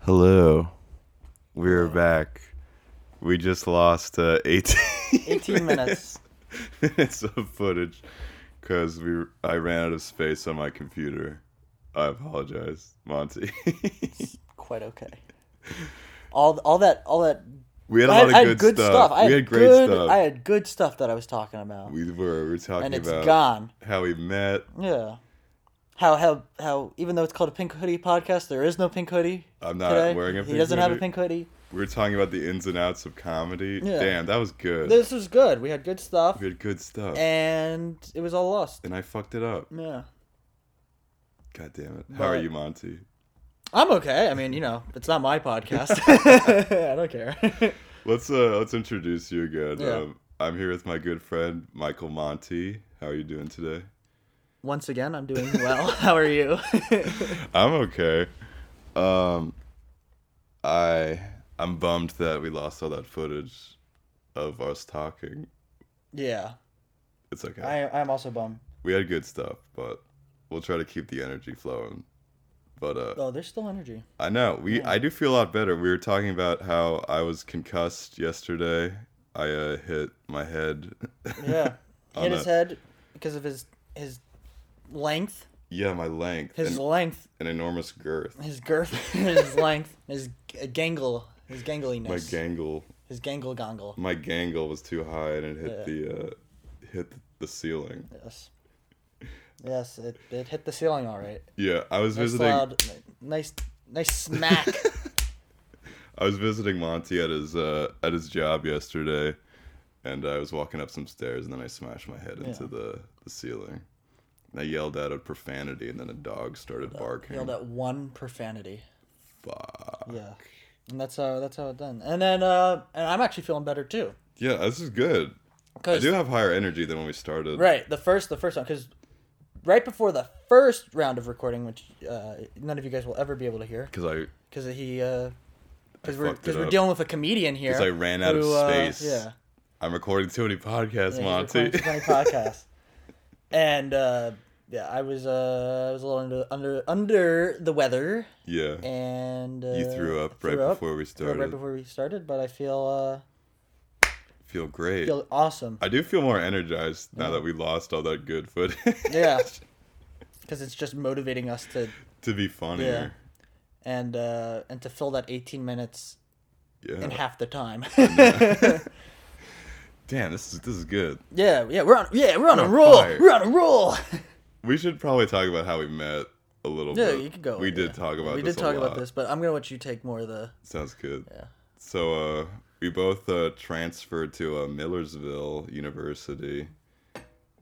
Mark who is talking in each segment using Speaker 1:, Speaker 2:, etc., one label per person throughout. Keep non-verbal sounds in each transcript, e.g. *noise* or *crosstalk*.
Speaker 1: Hello. We're back. We just lost uh, 18
Speaker 2: 18 minutes.
Speaker 1: *laughs* minutes of footage because we I ran out of space on my computer. I apologize, Monty. *laughs*
Speaker 2: Quite okay. All all that all that
Speaker 1: we had a
Speaker 2: I
Speaker 1: lot
Speaker 2: had,
Speaker 1: of
Speaker 2: I
Speaker 1: good,
Speaker 2: had good
Speaker 1: stuff.
Speaker 2: stuff. I had
Speaker 1: we had great
Speaker 2: good,
Speaker 1: stuff.
Speaker 2: I had good stuff that I was talking about,
Speaker 1: we were we were talking
Speaker 2: and it's
Speaker 1: about
Speaker 2: gone.
Speaker 1: how we met.
Speaker 2: Yeah. How how how even though it's called a pink hoodie podcast, there is no pink hoodie.
Speaker 1: I'm not
Speaker 2: today.
Speaker 1: wearing a
Speaker 2: He
Speaker 1: pink
Speaker 2: doesn't have a
Speaker 1: hoodie.
Speaker 2: pink hoodie.
Speaker 1: We were talking about the ins and outs of comedy.
Speaker 2: Yeah.
Speaker 1: Damn, that was good.
Speaker 2: This was good. We had good stuff,
Speaker 1: we had good stuff,
Speaker 2: and it was all lost.
Speaker 1: and I fucked it up.
Speaker 2: Yeah.
Speaker 1: God damn it! How are
Speaker 2: But-
Speaker 1: you, Monty?
Speaker 2: I'm okay. I mean, you know, it's not my
Speaker 1: *laughs*
Speaker 2: podcast. *laughs* I don't care. *laughs*
Speaker 1: Let's uh let's introduce you again.
Speaker 2: Yeah.
Speaker 1: Um, I'm here with my good friend Michael Monty. How are you doing today?
Speaker 2: Once again, I'm doing
Speaker 1: *laughs*
Speaker 2: well. How are you? *laughs*
Speaker 1: I'm okay. Um I I'm bummed that we lost all that footage of us talking.
Speaker 2: yeah.
Speaker 1: It's okay.
Speaker 2: I I'm also bummed.
Speaker 1: We had good stuff, but we'll try to keep the energy flowing. But uh
Speaker 2: Oh, there's still energy.
Speaker 1: I know. We I do feel a lot better. We were talking about how I was concussed yesterday. I uh, hit my head. *laughs*
Speaker 2: Yeah. He
Speaker 1: On
Speaker 2: hit his
Speaker 1: a-
Speaker 2: head because of his his length,
Speaker 1: yeah, my length.
Speaker 2: his
Speaker 1: and
Speaker 2: length,
Speaker 1: an enormous girth. *laughs*
Speaker 2: his girth, his length, his g- uh, gangle, his gangliness,
Speaker 1: My gangle,
Speaker 2: his gangle gongle.
Speaker 1: my gangle was too high, and it hit
Speaker 2: Yeah.
Speaker 1: the uh, hit the ceiling.
Speaker 2: Yes. Yes, it, it hit the ceiling all right.
Speaker 1: Yeah, I was
Speaker 2: Nice
Speaker 1: visiting.
Speaker 2: loud, nice nice
Speaker 1: *laughs*
Speaker 2: smack.
Speaker 1: I was visiting Monty at his uh, at his job yesterday, and I was walking up some stairs, and then I smashed my head into
Speaker 2: Yeah.
Speaker 1: the the ceiling. And I yelled out a profanity, and then a dog started barking.
Speaker 2: Yelled at one profanity.
Speaker 1: Fuck.
Speaker 2: Yeah. And that's how that's how it done. And then uh and I'm actually feeling better too.
Speaker 1: Yeah, this is good. I
Speaker 2: Cause
Speaker 1: do have higher energy than when we started.
Speaker 2: Right, the first the first one because right before the first round of recording, which uh, none of you guys will ever be able to hear,
Speaker 1: Because I
Speaker 2: because he because we're
Speaker 1: fucked it
Speaker 2: because we're
Speaker 1: up.
Speaker 2: dealing with a comedian here.
Speaker 1: 'Cause I ran out of
Speaker 2: uh,
Speaker 1: space.
Speaker 2: yeah,
Speaker 1: I'm recording too many podcasts,
Speaker 2: yeah he's
Speaker 1: Monty.
Speaker 2: recording too many podcasts. and uh, yeah, I was uh, I was a little under under, under the weather,
Speaker 1: *laughs* yeah.
Speaker 2: and uh,
Speaker 1: You threw up
Speaker 2: threw
Speaker 1: right before we
Speaker 2: threw up
Speaker 1: started.
Speaker 2: Right before we started, but I feel
Speaker 1: Feel
Speaker 2: uh,
Speaker 1: great.
Speaker 2: feel
Speaker 1: *laughs*
Speaker 2: awesome.
Speaker 1: I do feel more energized now that we lost all that good footage. *laughs*
Speaker 2: Yeah. Because it's just motivating us to
Speaker 1: to be funnier.
Speaker 2: and uh, and to fill that 18 minutes
Speaker 1: Yeah.
Speaker 2: in half the time.
Speaker 1: *laughs* Damn, this is this is good.
Speaker 2: *laughs* yeah, yeah, we're on yeah, we're on a
Speaker 1: on
Speaker 2: roll.
Speaker 1: fire.
Speaker 2: We're on a
Speaker 1: *laughs*
Speaker 2: roll.
Speaker 1: We should probably talk about how we met a little
Speaker 2: yeah,
Speaker 1: bit.
Speaker 2: you could go.
Speaker 1: We
Speaker 2: yeah.
Speaker 1: did talk about
Speaker 2: We
Speaker 1: this.
Speaker 2: did talk
Speaker 1: a
Speaker 2: about
Speaker 1: lot.
Speaker 2: this, but I'm going to let you take more of the
Speaker 1: Sounds good.
Speaker 2: Yeah.
Speaker 1: So uh we both uh transferred to uh, Millersville University.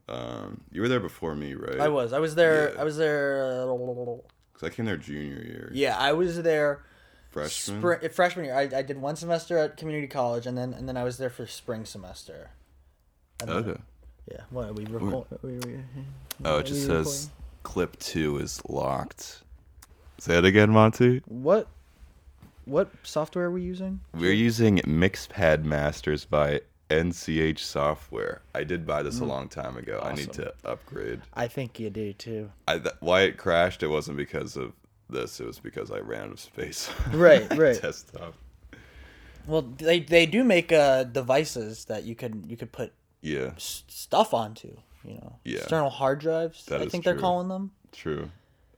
Speaker 1: Um you were there before me, right?
Speaker 2: I was. I was there.
Speaker 1: Yeah.
Speaker 2: I was there uh,
Speaker 1: 'Cause I came there junior year.
Speaker 2: Yeah, I was there
Speaker 1: Freshman.
Speaker 2: spring freshman year. I, I did one semester at community college and then and then I was there for spring semester. And then-
Speaker 1: Okay.
Speaker 2: Yeah. What are we record? we- we-
Speaker 1: Oh,
Speaker 2: Are
Speaker 1: it just
Speaker 2: you
Speaker 1: says clip two is locked. Say it again, Monty.
Speaker 2: What what software are we using?
Speaker 1: We're using Mixpad Masters by NCH Software. I did buy
Speaker 2: Hmm.
Speaker 1: this a long time ago. I need to upgrade.
Speaker 2: I think you do too.
Speaker 1: I th- why it crashed? It wasn't because of this. It was because I ran out of space. on *laughs*
Speaker 2: Right,
Speaker 1: my
Speaker 2: right.
Speaker 1: Desktop.
Speaker 2: Well, they they do make uh devices that you can you could put
Speaker 1: Yeah,
Speaker 2: s- stuff onto, you know.
Speaker 1: Yeah.
Speaker 2: External hard drives.
Speaker 1: That
Speaker 2: I
Speaker 1: is
Speaker 2: think
Speaker 1: true.
Speaker 2: they're calling them.
Speaker 1: true.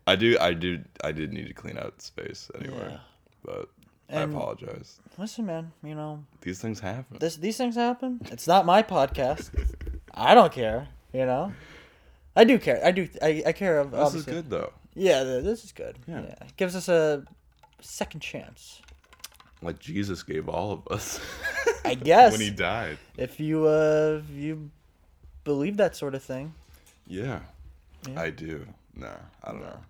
Speaker 1: I do. I do. I did need to clean out space anyway.
Speaker 2: Yeah.
Speaker 1: But I
Speaker 2: And-
Speaker 1: apologize.
Speaker 2: Listen, man, you know,
Speaker 1: These things happen.
Speaker 2: this these things happen. It's not my
Speaker 1: *laughs*
Speaker 2: podcast. I don't care, you know. I do care. I do I, I care of
Speaker 1: this is
Speaker 2: obviously.
Speaker 1: good though.
Speaker 2: Yeah, th- this is good.
Speaker 1: Yeah.
Speaker 2: It gives us a second chance.
Speaker 1: Like Jesus gave all of us *laughs*
Speaker 2: I guess
Speaker 1: when he died.
Speaker 2: if you uh if you believe that sort of thing.
Speaker 1: Yeah,
Speaker 2: Yeah.
Speaker 1: I do. No, I don't know.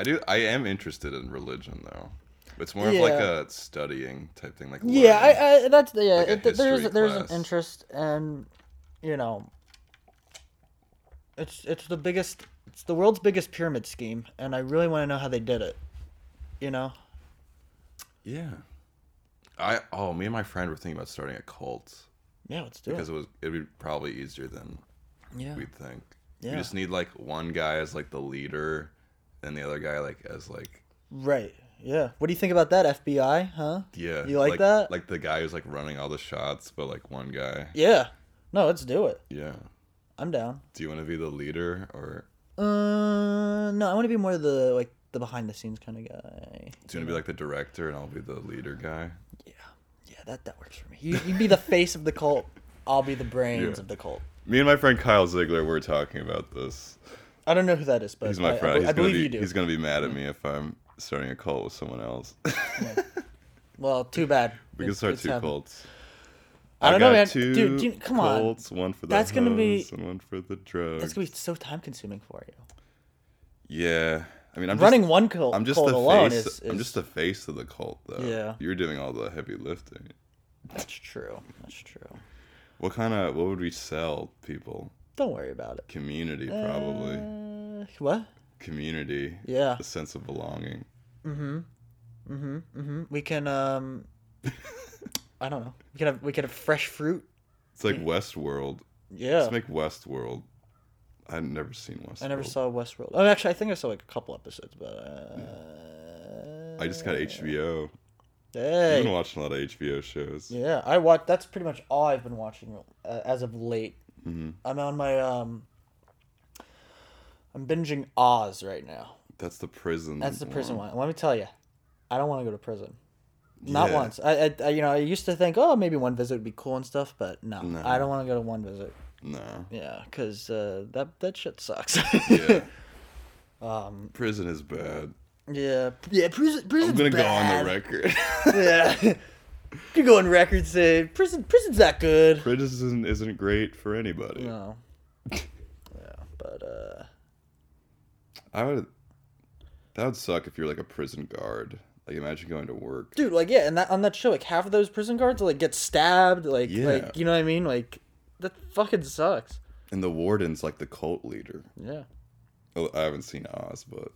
Speaker 1: I do. I am interested in religion though. It's more of like
Speaker 2: Yeah.
Speaker 1: a studying type thing. Like
Speaker 2: Yeah,
Speaker 1: learning.
Speaker 2: I, I that's yeah.
Speaker 1: Like a
Speaker 2: it, th- there's
Speaker 1: history
Speaker 2: there's an
Speaker 1: class.
Speaker 2: interest, and you know, it's it's the biggest, it's the world's biggest pyramid scheme, and I really want to know how they did it. You know,
Speaker 1: yeah. I oh, me and my friend were thinking about starting a cult
Speaker 2: yeah, let's do
Speaker 1: because it was it'd be probably easier than
Speaker 2: it. Yeah,
Speaker 1: we'd think. You
Speaker 2: Yeah.
Speaker 1: just need like one guy as like the leader, and the other guy like as like
Speaker 2: right. Yeah. What do you think about that FBI? Huh?
Speaker 1: Yeah.
Speaker 2: You like that?
Speaker 1: Like the guy who's like running all the shots, but like one guy.
Speaker 2: Yeah. No, let's do it.
Speaker 1: Yeah.
Speaker 2: I'm down.
Speaker 1: Do you want to be the leader or
Speaker 2: Uh, no, I want to be more the like the behind the scenes kind of guy.
Speaker 1: do you want to be like the director and I'll be the leader guy?
Speaker 2: Yeah, that that works for me. You you'd be the face of the cult. I'll be the brains
Speaker 1: Yeah.
Speaker 2: of the cult.
Speaker 1: Me and my friend Kyle Ziegler were talking about this.
Speaker 2: I don't know who that is, but
Speaker 1: He's my
Speaker 2: I, I
Speaker 1: friend.
Speaker 2: be-
Speaker 1: he's
Speaker 2: I,
Speaker 1: gonna
Speaker 2: believe
Speaker 1: be,
Speaker 2: you do.
Speaker 1: He's gonna be mad at me if I'm starting a cult with someone else. *laughs*
Speaker 2: Well, too bad.
Speaker 1: we can
Speaker 2: It's-
Speaker 1: start
Speaker 2: it's
Speaker 1: two
Speaker 2: happened.
Speaker 1: cults.
Speaker 2: I don't know,
Speaker 1: got
Speaker 2: man.
Speaker 1: Two
Speaker 2: Dude, do you- come on.
Speaker 1: cults, on. One for the
Speaker 2: That's gonna be-
Speaker 1: hoes and one for the drugs.
Speaker 2: That's gonna be so time consuming for you.
Speaker 1: Yeah, I mean, I'm
Speaker 2: Running
Speaker 1: Just,
Speaker 2: one cult,
Speaker 1: I'm just
Speaker 2: cult
Speaker 1: the
Speaker 2: alone
Speaker 1: face.
Speaker 2: is, is
Speaker 1: I'm just the face of the cult, though.
Speaker 2: Yeah.
Speaker 1: you're doing all the heavy lifting.
Speaker 2: that's true. That's true.
Speaker 1: What kind of what would we sell people?
Speaker 2: Don't worry about it.
Speaker 1: Community, probably.
Speaker 2: Uh, what?
Speaker 1: Community,
Speaker 2: Yeah.
Speaker 1: a sense of belonging.
Speaker 2: hmm We can um. I don't know. We can have we can have fresh fruit.
Speaker 1: It's like Westworld.
Speaker 2: Yeah.
Speaker 1: Let's make Westworld. I've never seen Westworld.
Speaker 2: I never saw Westworld. Oh, actually, I think I saw like a couple episodes, but uh,
Speaker 1: I just got HBO. I've been
Speaker 2: Hey,
Speaker 1: watching a lot of HBO shows.
Speaker 2: yeah, I watch. That's pretty much all I've been watching uh, as of late.
Speaker 1: Mm-hmm.
Speaker 2: I'm on my um. I'm binging Oz right now.
Speaker 1: That's the prison.
Speaker 2: That's the prison
Speaker 1: Mm-hmm.
Speaker 2: one. Let me tell you, I don't want to go to prison. Not
Speaker 1: Yeah.
Speaker 2: once. I, I, I, you know, I used to think, oh, maybe one visit would be cool and stuff, but no,
Speaker 1: No.
Speaker 2: I don't want to go to one visit.
Speaker 1: No.
Speaker 2: Yeah, cause uh, that that
Speaker 1: *laughs*
Speaker 2: shit sucks. *laughs*
Speaker 1: Yeah.
Speaker 2: um,
Speaker 1: prison is bad.
Speaker 2: yeah, yeah. Prison, prison's
Speaker 1: I'm gonna go on
Speaker 2: bad.
Speaker 1: the
Speaker 2: *laughs*
Speaker 1: record. *laughs*
Speaker 2: yeah. You go on record say prison prison's not good.
Speaker 1: prison isn't great for anybody.
Speaker 2: No. *laughs* Yeah, but uh
Speaker 1: I would. That would suck if you're like a prison guard. Like imagine going to work.
Speaker 2: dude, like yeah, and that on that show, like half of those prison guards like get stabbed, like
Speaker 1: Yeah.
Speaker 2: like you know what I mean? Like that fucking sucks.
Speaker 1: And the warden's like the cult leader.
Speaker 2: Yeah.
Speaker 1: Oh, I haven't seen Oz, but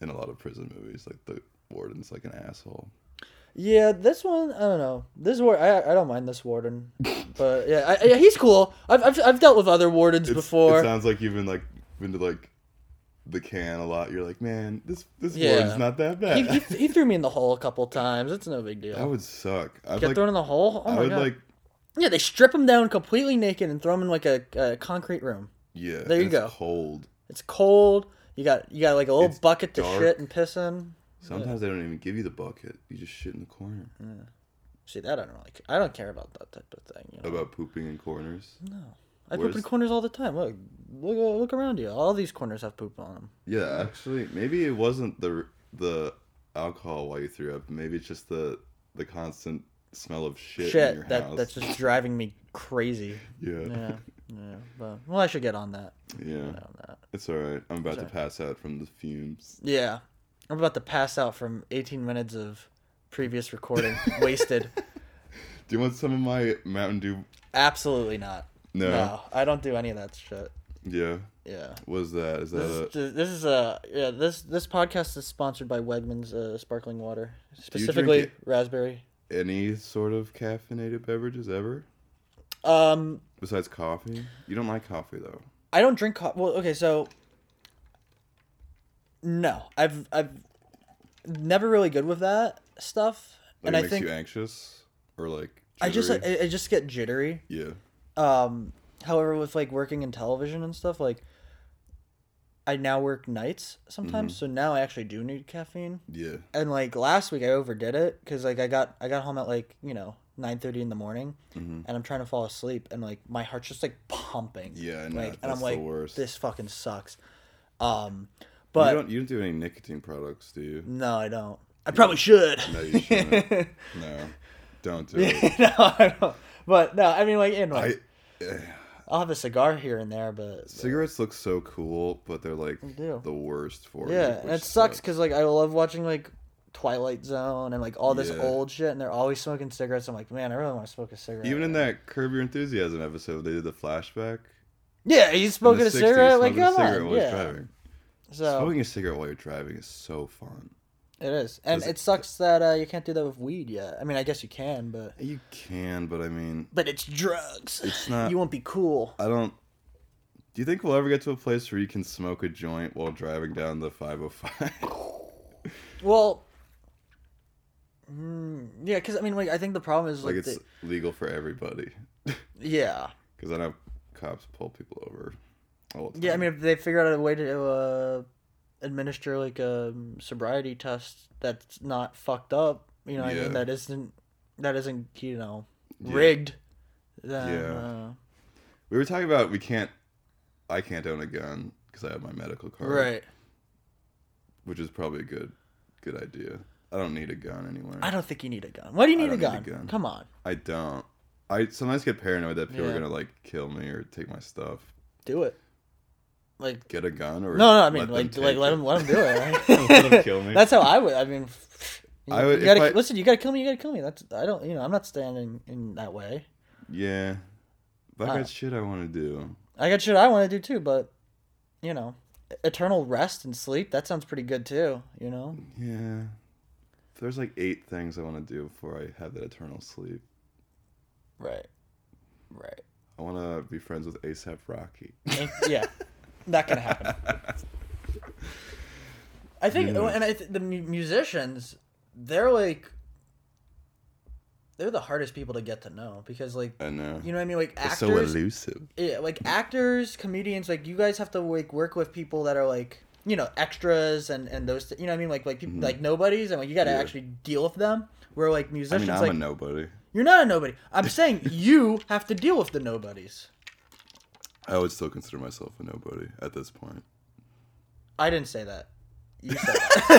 Speaker 1: in a lot of prison movies, like the warden's like an asshole.
Speaker 2: Yeah, this one I don't know. This ward I I don't mind this *laughs* warden, but yeah, I, yeah he's cool. I've, I've I've dealt with other wardens
Speaker 1: It's- It
Speaker 2: before.
Speaker 1: sounds like you've been like been to like the can a lot. You're like, man, this this
Speaker 2: Yeah.
Speaker 1: warden's not that bad.
Speaker 2: he, he, he threw me in the hole a couple times. It's no big deal.
Speaker 1: *laughs* that would suck. I'd
Speaker 2: Get
Speaker 1: like,
Speaker 2: thrown in the hole. Oh
Speaker 1: I
Speaker 2: my
Speaker 1: would
Speaker 2: god.
Speaker 1: like,
Speaker 2: Yeah, they strip him down completely naked and throw him in like a, a concrete room.
Speaker 1: yeah.
Speaker 2: There you
Speaker 1: it's
Speaker 2: go.
Speaker 1: Cold.
Speaker 2: It's cold. You got you got like a little
Speaker 1: It's
Speaker 2: bucket to
Speaker 1: dark.
Speaker 2: shit and piss in.
Speaker 1: Sometimes they don't even give you the bucket. You just shit in the corner.
Speaker 2: See that I don't really ca- I don't care about that type of thing. You know?
Speaker 1: About pooping in corners.
Speaker 2: I poop in
Speaker 1: where's-
Speaker 2: corners all the time. Look, look look around you. All these corners have poop on them.
Speaker 1: Yeah, actually, maybe it wasn't the the alcohol while you threw up. Maybe it's just the the constant smell of shit, in your
Speaker 2: shit, that
Speaker 1: house.
Speaker 2: that's just driving me
Speaker 1: *laughs*
Speaker 2: crazy.
Speaker 1: yeah.
Speaker 2: Yeah, yeah. But well, I should get on that.
Speaker 1: yeah.
Speaker 2: On that.
Speaker 1: It's all right. I'm about to pass out from the fumes.
Speaker 2: Yeah, I'm about to pass out from 18 minutes of
Speaker 1: *laughs*
Speaker 2: previous recording wasted.
Speaker 1: Do you want some of my Mountain Dew?
Speaker 2: Absolutely not.
Speaker 1: No.
Speaker 2: no, I don't do any of that shit.
Speaker 1: Yeah.
Speaker 2: Yeah.
Speaker 1: What is that? Is
Speaker 2: This,
Speaker 1: that
Speaker 2: is- this is uh yeah this this podcast is sponsored by Wegmans uh, sparkling water
Speaker 1: drink
Speaker 2: specifically
Speaker 1: it?
Speaker 2: raspberry.
Speaker 1: a, any sort of caffeinated beverages ever
Speaker 2: Um,
Speaker 1: besides coffee? You don't like coffee though.
Speaker 2: I don't drink coffee. Well, okay, so no, I've I've never really good with that stuff,
Speaker 1: Like
Speaker 2: and
Speaker 1: it
Speaker 2: I
Speaker 1: makes
Speaker 2: think
Speaker 1: you anxious or like.
Speaker 2: I just uh,
Speaker 1: jittery?
Speaker 2: I, I just get jittery.
Speaker 1: yeah.
Speaker 2: Um, however, with like working in television and stuff, like I now work nights
Speaker 1: Mm-hmm.
Speaker 2: sometimes, so now I actually do need caffeine.
Speaker 1: Yeah.
Speaker 2: and like last week I overdid it because like I got I got home at like you know nine thirty in the morning,
Speaker 1: Mm-hmm.
Speaker 2: and I'm trying to fall asleep, and like my heart's just like pumping.
Speaker 1: Yeah, I know,
Speaker 2: like, and
Speaker 1: that's
Speaker 2: I'm
Speaker 1: the
Speaker 2: like,
Speaker 1: worst.
Speaker 2: this fucking sucks. Um,
Speaker 1: you
Speaker 2: but
Speaker 1: don't you don't do any nicotine products, do
Speaker 2: *laughs*
Speaker 1: you?
Speaker 2: no, I don't. I probably should.
Speaker 1: No, you shouldn't. no, don't do it. *laughs*
Speaker 2: *laughs* no, I don't. But no, I mean like, in
Speaker 1: I
Speaker 2: like, *sighs* I, will have a cigar here and there, but
Speaker 1: cigarettes look so cool, but they're like
Speaker 2: do.
Speaker 1: the worst for you.
Speaker 2: yeah, and
Speaker 1: which
Speaker 2: it sucks because like I love watching like. Twilight Zone and like all this
Speaker 1: Yeah.
Speaker 2: old shit, and they're always smoking cigarettes. I'm like, man, I really want to smoke a cigarette.
Speaker 1: Even in that Curb Your Enthusiasm episode, they did the flashback.
Speaker 2: yeah, he's
Speaker 1: In
Speaker 2: smoking
Speaker 1: the
Speaker 2: a
Speaker 1: 60s,
Speaker 2: cigarette. Like,
Speaker 1: smoking a
Speaker 2: come
Speaker 1: cigarette
Speaker 2: on,
Speaker 1: while you're
Speaker 2: yeah.
Speaker 1: driving.
Speaker 2: So
Speaker 1: Smoking a cigarette while you're driving is so fun.
Speaker 2: it is, and
Speaker 1: Does it-
Speaker 2: it, sucks that uh, you can't do that with weed yet. I mean, I guess you can, but
Speaker 1: You can, but I mean,
Speaker 2: but it's drugs. *laughs* *sighs*
Speaker 1: It's not-
Speaker 2: You won't be cool.
Speaker 1: I don't. Do you think we'll ever get to a place where you oh
Speaker 2: *laughs*
Speaker 1: can smoke a joint while driving down the 505?
Speaker 2: Well, mm, Yeah, because I mean, like, I think the problem is
Speaker 1: Like
Speaker 2: like,
Speaker 1: it's
Speaker 2: the-
Speaker 1: legal for everybody.
Speaker 2: yeah,
Speaker 1: Because I know cops pull people over. All the time.
Speaker 2: yeah. I mean, if they figure out a way to uh, administer like a sobriety test that's not fucked up, you know, what I
Speaker 1: Yeah.
Speaker 2: mean, that isn't that isn't you know
Speaker 1: Yeah.
Speaker 2: rigged. Then,
Speaker 1: Yeah.
Speaker 2: uh,
Speaker 1: we were talking about we can't. I can't own a gun because I have my medical card.
Speaker 2: right.
Speaker 1: Which is probably a good, good idea. I don't need a gun anyway.
Speaker 2: I don't think you need a gun. Why do you
Speaker 1: I
Speaker 2: need, a,
Speaker 1: don't
Speaker 2: gun?
Speaker 1: need a gun.
Speaker 2: Come on,
Speaker 1: I don't. I sometimes get paranoid that people are
Speaker 2: Yeah.
Speaker 1: gonna like kill me or take my stuff.
Speaker 2: do it. Like
Speaker 1: Get a gun or
Speaker 2: no, no. I
Speaker 1: let
Speaker 2: mean,
Speaker 1: them
Speaker 2: like,
Speaker 1: take
Speaker 2: like let
Speaker 1: it.
Speaker 2: him let him
Speaker 1: *laughs*
Speaker 2: do it. right?
Speaker 1: Let 'em kill me.
Speaker 2: That's how I would. I mean, you,
Speaker 1: I would-
Speaker 2: you
Speaker 1: if
Speaker 2: gotta
Speaker 1: I-
Speaker 2: listen. You gotta kill me. You gotta kill me. That's I don't. You know, I'm not standing in that way.
Speaker 1: Yeah, but I
Speaker 2: Uh,
Speaker 1: got shit I want to do.
Speaker 2: I got shit I want to do too, but you know, eternal rest and sleep. That sounds pretty good too. You know.
Speaker 1: Yeah, there's like eight things I want to do before I have that eternal sleep.
Speaker 2: Right. Right.
Speaker 1: I want to be friends with ASAP Rocky.
Speaker 2: yeah, not gonna happen. I think,
Speaker 1: Yeah.
Speaker 2: and I th- the mu- musicians, they're like, they're the hardest people to get to know because, like,
Speaker 1: I know.
Speaker 2: you know what I mean? Like
Speaker 1: They're
Speaker 2: actors,
Speaker 1: so elusive.
Speaker 2: yeah, like actors, comedians, like you guys have to like work with people that are like you know extras and and those th- you know what I mean like like people like nobodies and like you got to
Speaker 1: Mm-hmm. Yeah.
Speaker 2: actually deal with them. Where like
Speaker 1: I
Speaker 2: musicians,
Speaker 1: mean, I'm
Speaker 2: like
Speaker 1: a nobody.
Speaker 2: you're not a nobody.
Speaker 1: *laughs*
Speaker 2: I'm saying you have to deal with the nobodies.
Speaker 1: I would still consider myself a nobody at this point.
Speaker 2: I didn't say that.
Speaker 1: *laughs*
Speaker 2: You said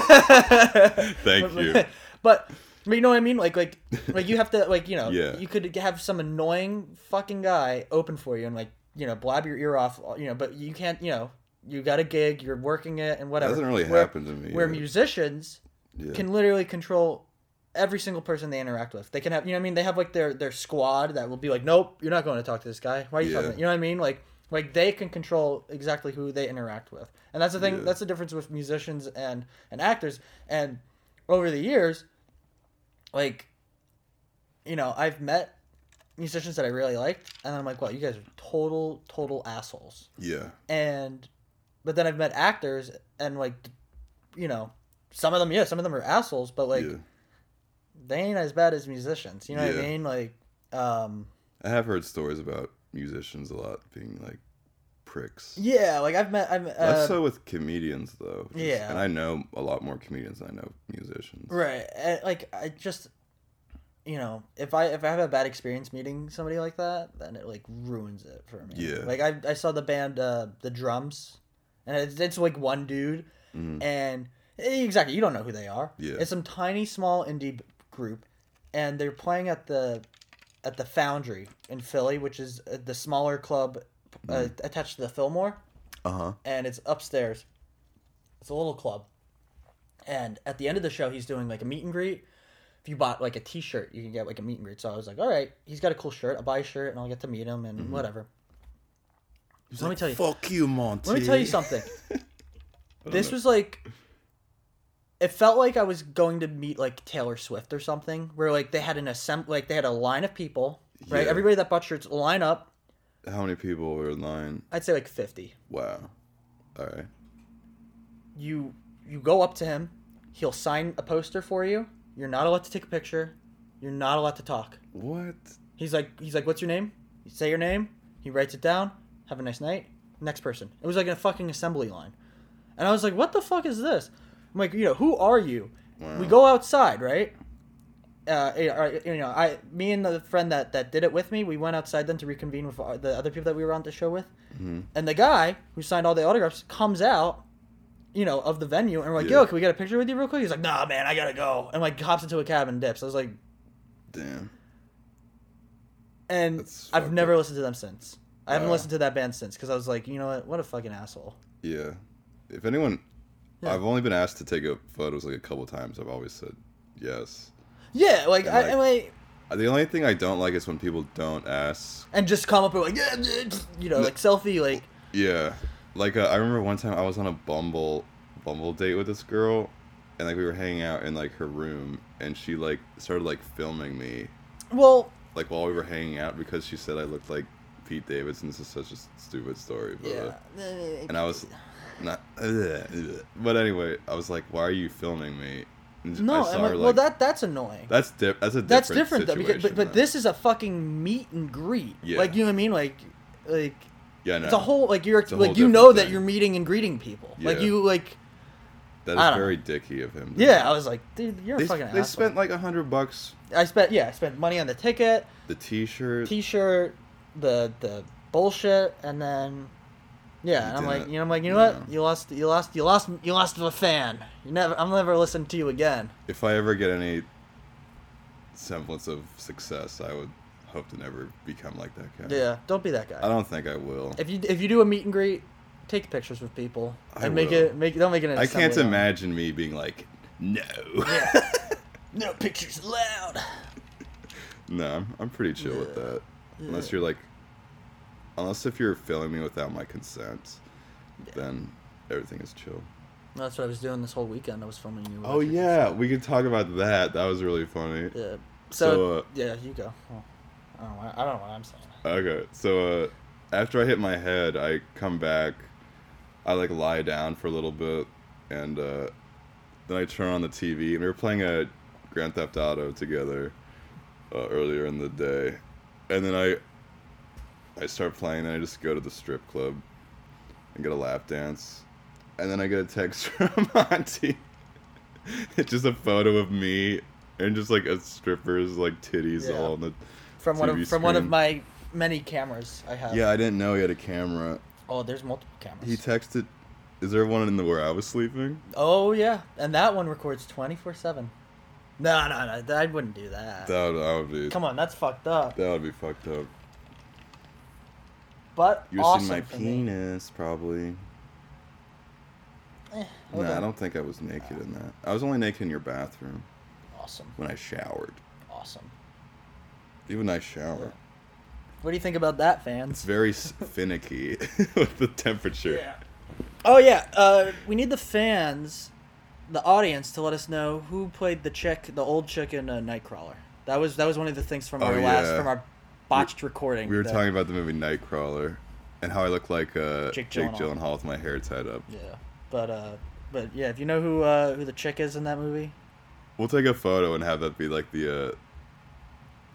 Speaker 2: that.
Speaker 1: Thank you.
Speaker 2: But, but you know what I mean? Like like like you have to like you know
Speaker 1: Yeah.
Speaker 2: you could have some annoying fucking guy open for you and like you know blab your ear off you know but you can't you know you got a gig you're working it
Speaker 1: That
Speaker 2: and whatever
Speaker 1: doesn't really
Speaker 2: Where-
Speaker 1: happen to me.
Speaker 2: Where
Speaker 1: yet.
Speaker 2: musicians
Speaker 1: Yeah.
Speaker 2: can literally control every single person they interact with. They can have, you know what I mean? They have like their their squad that will be like, nope, you're not going to talk to this guy. Why are you
Speaker 1: Yeah.
Speaker 2: talking? to-" You know what I mean? Like like they can control exactly who they interact with, and that's the thing.
Speaker 1: Yeah.
Speaker 2: That's the difference with musicians and and actors. And over the years, like, you know, I've met musicians that I really liked, and I'm like, wow, you guys are total total assholes
Speaker 1: yeah.
Speaker 2: and but then I've met actors and like you know some of them yeah some of them are assholes but like
Speaker 1: yeah.
Speaker 2: they ain't as bad as musicians you know what
Speaker 1: Yeah.
Speaker 2: I mean like um
Speaker 1: I have heard stories about musicians a lot being like pricks.
Speaker 2: yeah like I've met I've uh,
Speaker 1: Less so with comedians though. which is-
Speaker 2: yeah.
Speaker 1: And I know a lot more comedians than I know musicians.
Speaker 2: right uh, like I just you know if I if I have a bad experience meeting somebody like that then it like ruins it for me
Speaker 1: Yeah.
Speaker 2: like I I saw the band uh the drums and it's, it's like one dude
Speaker 1: Mhm.
Speaker 2: and eh, exactly you don't know who they are
Speaker 1: Yeah.
Speaker 2: it's some tiny small indie b- group and they're playing at the at the foundry in philly which is uh, the smaller club uh, attached to the fillmore
Speaker 1: Uh huh.
Speaker 2: and it's upstairs it's a little club and at the end of the show he's doing like a meet and greet if you bought like a t-shirt you can get like a meet and greet so i was like all right he's got a cool shirt i'll buy a shirt and i'll get to meet him and whatever let me tell you
Speaker 1: Fuck you, Monty.
Speaker 2: let me tell you something. this was like it felt like I was going to meet like Taylor Swift or something, where like they had an assembly, like they had a line of people, right?
Speaker 1: Yeah.
Speaker 2: Everybody that bought shirts line up.
Speaker 1: How many people were in line?
Speaker 2: I'd say like fifty.
Speaker 1: Wow. All right.
Speaker 2: You you go up to him, he'll sign a poster for you. You're not allowed to take a picture. You're not allowed to talk.
Speaker 1: What?
Speaker 2: He's like he's like, what's your name? You say your name. He writes it down. Have a nice night. Next person. It was like a fucking assembly line, and I was like, what the fuck is this? I'm like, you know, who are you?
Speaker 1: Wow.
Speaker 2: We go outside, right? Uh, you know, I- you know, I, me and the friend that that did it with me, we went outside then to reconvene with our, the other people that we were on the show with,
Speaker 1: Hmm.
Speaker 2: and the guy who signed all the autographs comes out, you know, of the venue, and we're like,
Speaker 1: Yeah.
Speaker 2: yo, can we get a picture with you real quick? He's like, nah, man, I gotta go, and like hops into a cab and dips. I was like,
Speaker 1: Damn.
Speaker 2: and
Speaker 1: That's
Speaker 2: I've
Speaker 1: fucked
Speaker 2: never
Speaker 1: up.
Speaker 2: listened to them since. I haven't
Speaker 1: Wow.
Speaker 2: listened to that band since because I was like, you know what? What a fucking asshole.
Speaker 1: Yeah. If anyone,
Speaker 2: Yeah.
Speaker 1: I've only been asked to take up photos like a couple times. I've always said yes.
Speaker 2: Yeah, like
Speaker 1: And,
Speaker 2: I
Speaker 1: like-
Speaker 2: and like
Speaker 1: The only thing I don't like is when people don't ask.
Speaker 2: and just come up and like yeah, yeah, just, you know, like selfie, like
Speaker 1: Yeah. Like uh, I remember one time I was on a Bumble Bumble date with this girl, and like we were hanging out in like her room, and she like started like filming me
Speaker 2: well,
Speaker 1: like while we were hanging out because she said I looked like Pete Davidson. This is such a s- stupid story, but.
Speaker 2: yeah.
Speaker 1: and I was not. But anyway, I was like, "Why are you filming me?" And just- I
Speaker 2: No,
Speaker 1: saw
Speaker 2: I'm
Speaker 1: her,
Speaker 2: like, well,
Speaker 1: like-
Speaker 2: that that's annoying.
Speaker 1: that's dip. That's a different
Speaker 2: that's different though,
Speaker 1: situation,
Speaker 2: because, but, but
Speaker 1: though.
Speaker 2: this is a fucking meet and greet.
Speaker 1: Yeah.
Speaker 2: Like you know what I mean? Like like
Speaker 1: yeah, no,
Speaker 2: it's a whole like you're
Speaker 1: a
Speaker 2: like
Speaker 1: whole
Speaker 2: you
Speaker 1: different
Speaker 2: know that
Speaker 1: thing.
Speaker 2: you're meeting and greeting people. Like
Speaker 1: Yeah.
Speaker 2: you like
Speaker 1: that
Speaker 2: I
Speaker 1: is
Speaker 2: don't
Speaker 1: very dicky of him. to
Speaker 2: yeah.
Speaker 1: do.
Speaker 2: I was like, dude, you're
Speaker 1: they,
Speaker 2: a fucking
Speaker 1: they
Speaker 2: asshole.
Speaker 1: spent like a hundred bucks
Speaker 2: I spent yeah, I spent money on the ticket,
Speaker 1: the T-shirt.
Speaker 2: t-shirt, the the bullshit, and then yeah,
Speaker 1: You
Speaker 2: and I'm like,
Speaker 1: didn't.
Speaker 2: you know, I'm like, you know what?
Speaker 1: Yeah.
Speaker 2: You lost, you lost, you lost, you lost the fan. You never, I'm never listening to you again.
Speaker 1: if I ever get any semblance of success, I would hope to never become like that guy.
Speaker 2: Yeah, don't be that guy.
Speaker 1: I don't think I will.
Speaker 2: If you if you do a meet and greet, take pictures with people
Speaker 1: I
Speaker 2: and make
Speaker 1: will.
Speaker 2: it make don't make it. An
Speaker 1: I can't
Speaker 2: assembly line.
Speaker 1: imagine me being like, no, *laughs*
Speaker 2: Yeah. no pictures allowed.
Speaker 1: no. I'm, I'm pretty chill with
Speaker 2: Yeah.
Speaker 1: that. Unless
Speaker 2: Yeah.
Speaker 1: you're like, unless if you're filming me without my consent, then everything is chill.
Speaker 2: That's what I was doing this whole weekend. I was filming you.
Speaker 1: Oh
Speaker 2: with your
Speaker 1: yeah, we could talk about that. That was really funny.
Speaker 2: consent. Yeah. So,
Speaker 1: So, uh,
Speaker 2: yeah, you go. Oh, I don't know. what- I don't know what I'm saying.
Speaker 1: Okay, so uh, after I hit my head, I come back. I like lie down for a little bit, and uh, then I turn on the TV, and we were playing a Grand Theft Auto together uh, earlier in the day, and then I I start playing, and I just go to the strip club and get a lap dance, and then I get a text *laughs* from Auntie. *laughs* It's just a photo of me and just like a stripper's like titties
Speaker 2: Yeah.
Speaker 1: all on the.
Speaker 2: From one of
Speaker 1: TV
Speaker 2: from one of
Speaker 1: screen.
Speaker 2: my many cameras I have.
Speaker 1: Yeah, I didn't know he had a camera.
Speaker 2: Oh, there's multiple cameras.
Speaker 1: He texted, "Is there one in the where I was sleeping?"
Speaker 2: oh yeah, and that one records twenty four seven. No, no, no. that- I wouldn't do that.
Speaker 1: That would, that would be
Speaker 2: Come on, that's fucked up.
Speaker 1: that would be fucked up.
Speaker 2: But
Speaker 1: You have
Speaker 2: awesome
Speaker 1: seen my
Speaker 2: for me.
Speaker 1: penis, probably.
Speaker 2: Eh,
Speaker 1: No,
Speaker 2: okay.
Speaker 1: I don't think I was naked in that. I was only naked in your bathroom
Speaker 2: Awesome,
Speaker 1: when I showered.
Speaker 2: awesome.
Speaker 1: Even I shower.
Speaker 2: What do you think about that,
Speaker 1: It's
Speaker 2: fans?
Speaker 1: very
Speaker 2: *laughs*
Speaker 1: s- finicky *laughs* with the temperature.
Speaker 2: Oh yeah. Uh, we need the fans, the audience, to let us know who played the chick, the old chick in uh, Nightcrawler. That was that was one of the things from
Speaker 1: Oh,
Speaker 2: our last
Speaker 1: yeah.
Speaker 2: from our botched recording.
Speaker 1: We were
Speaker 2: that-
Speaker 1: talking about the movie Nightcrawler and how I look like uh,
Speaker 2: Jake
Speaker 1: Jake,
Speaker 2: Gyllenhaal.
Speaker 1: Gyllenhaal. with my hair tied up.
Speaker 2: Yeah, but uh, but yeah, if you know who uh who the chick is in that movie,
Speaker 1: We'll take a photo and have that be like the uh,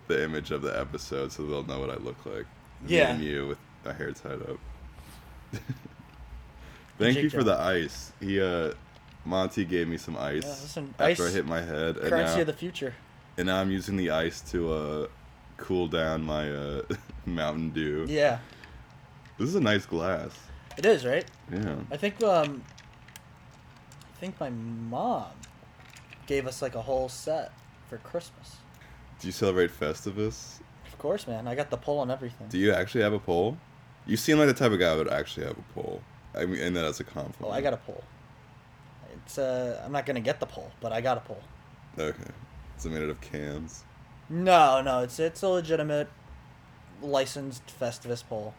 Speaker 1: the image of the episode, so they'll know what I look like. Me
Speaker 2: Yeah.
Speaker 1: and you with my hair tied up. *laughs* Thank
Speaker 2: Jake
Speaker 1: you for the ice. He uh, Monty gave me some ice
Speaker 2: Yeah, listen,
Speaker 1: after
Speaker 2: ice-
Speaker 1: I hit my head, and
Speaker 2: currency
Speaker 1: now,
Speaker 2: of the future.
Speaker 1: and now I'm using the ice to uh, cool down my uh, *laughs* Mountain Dew.
Speaker 2: Yeah,
Speaker 1: This is a nice glass.
Speaker 2: it is right.
Speaker 1: Yeah.
Speaker 2: I think um, I think my mom gave us like a whole set for Christmas.
Speaker 1: Do you celebrate Festivus?
Speaker 2: Of course, man. I got the poll and everything.
Speaker 1: Do you actually have a pole? You seem like the type of guy who would actually have a pole. I mean, and that's a compliment.
Speaker 2: oh, I got a poll. It's uh, I'm not gonna get the poll, but I got a poll.
Speaker 1: Okay. It's made out of cans.
Speaker 2: No, no, it's it's a legitimate, licensed Festivus poll.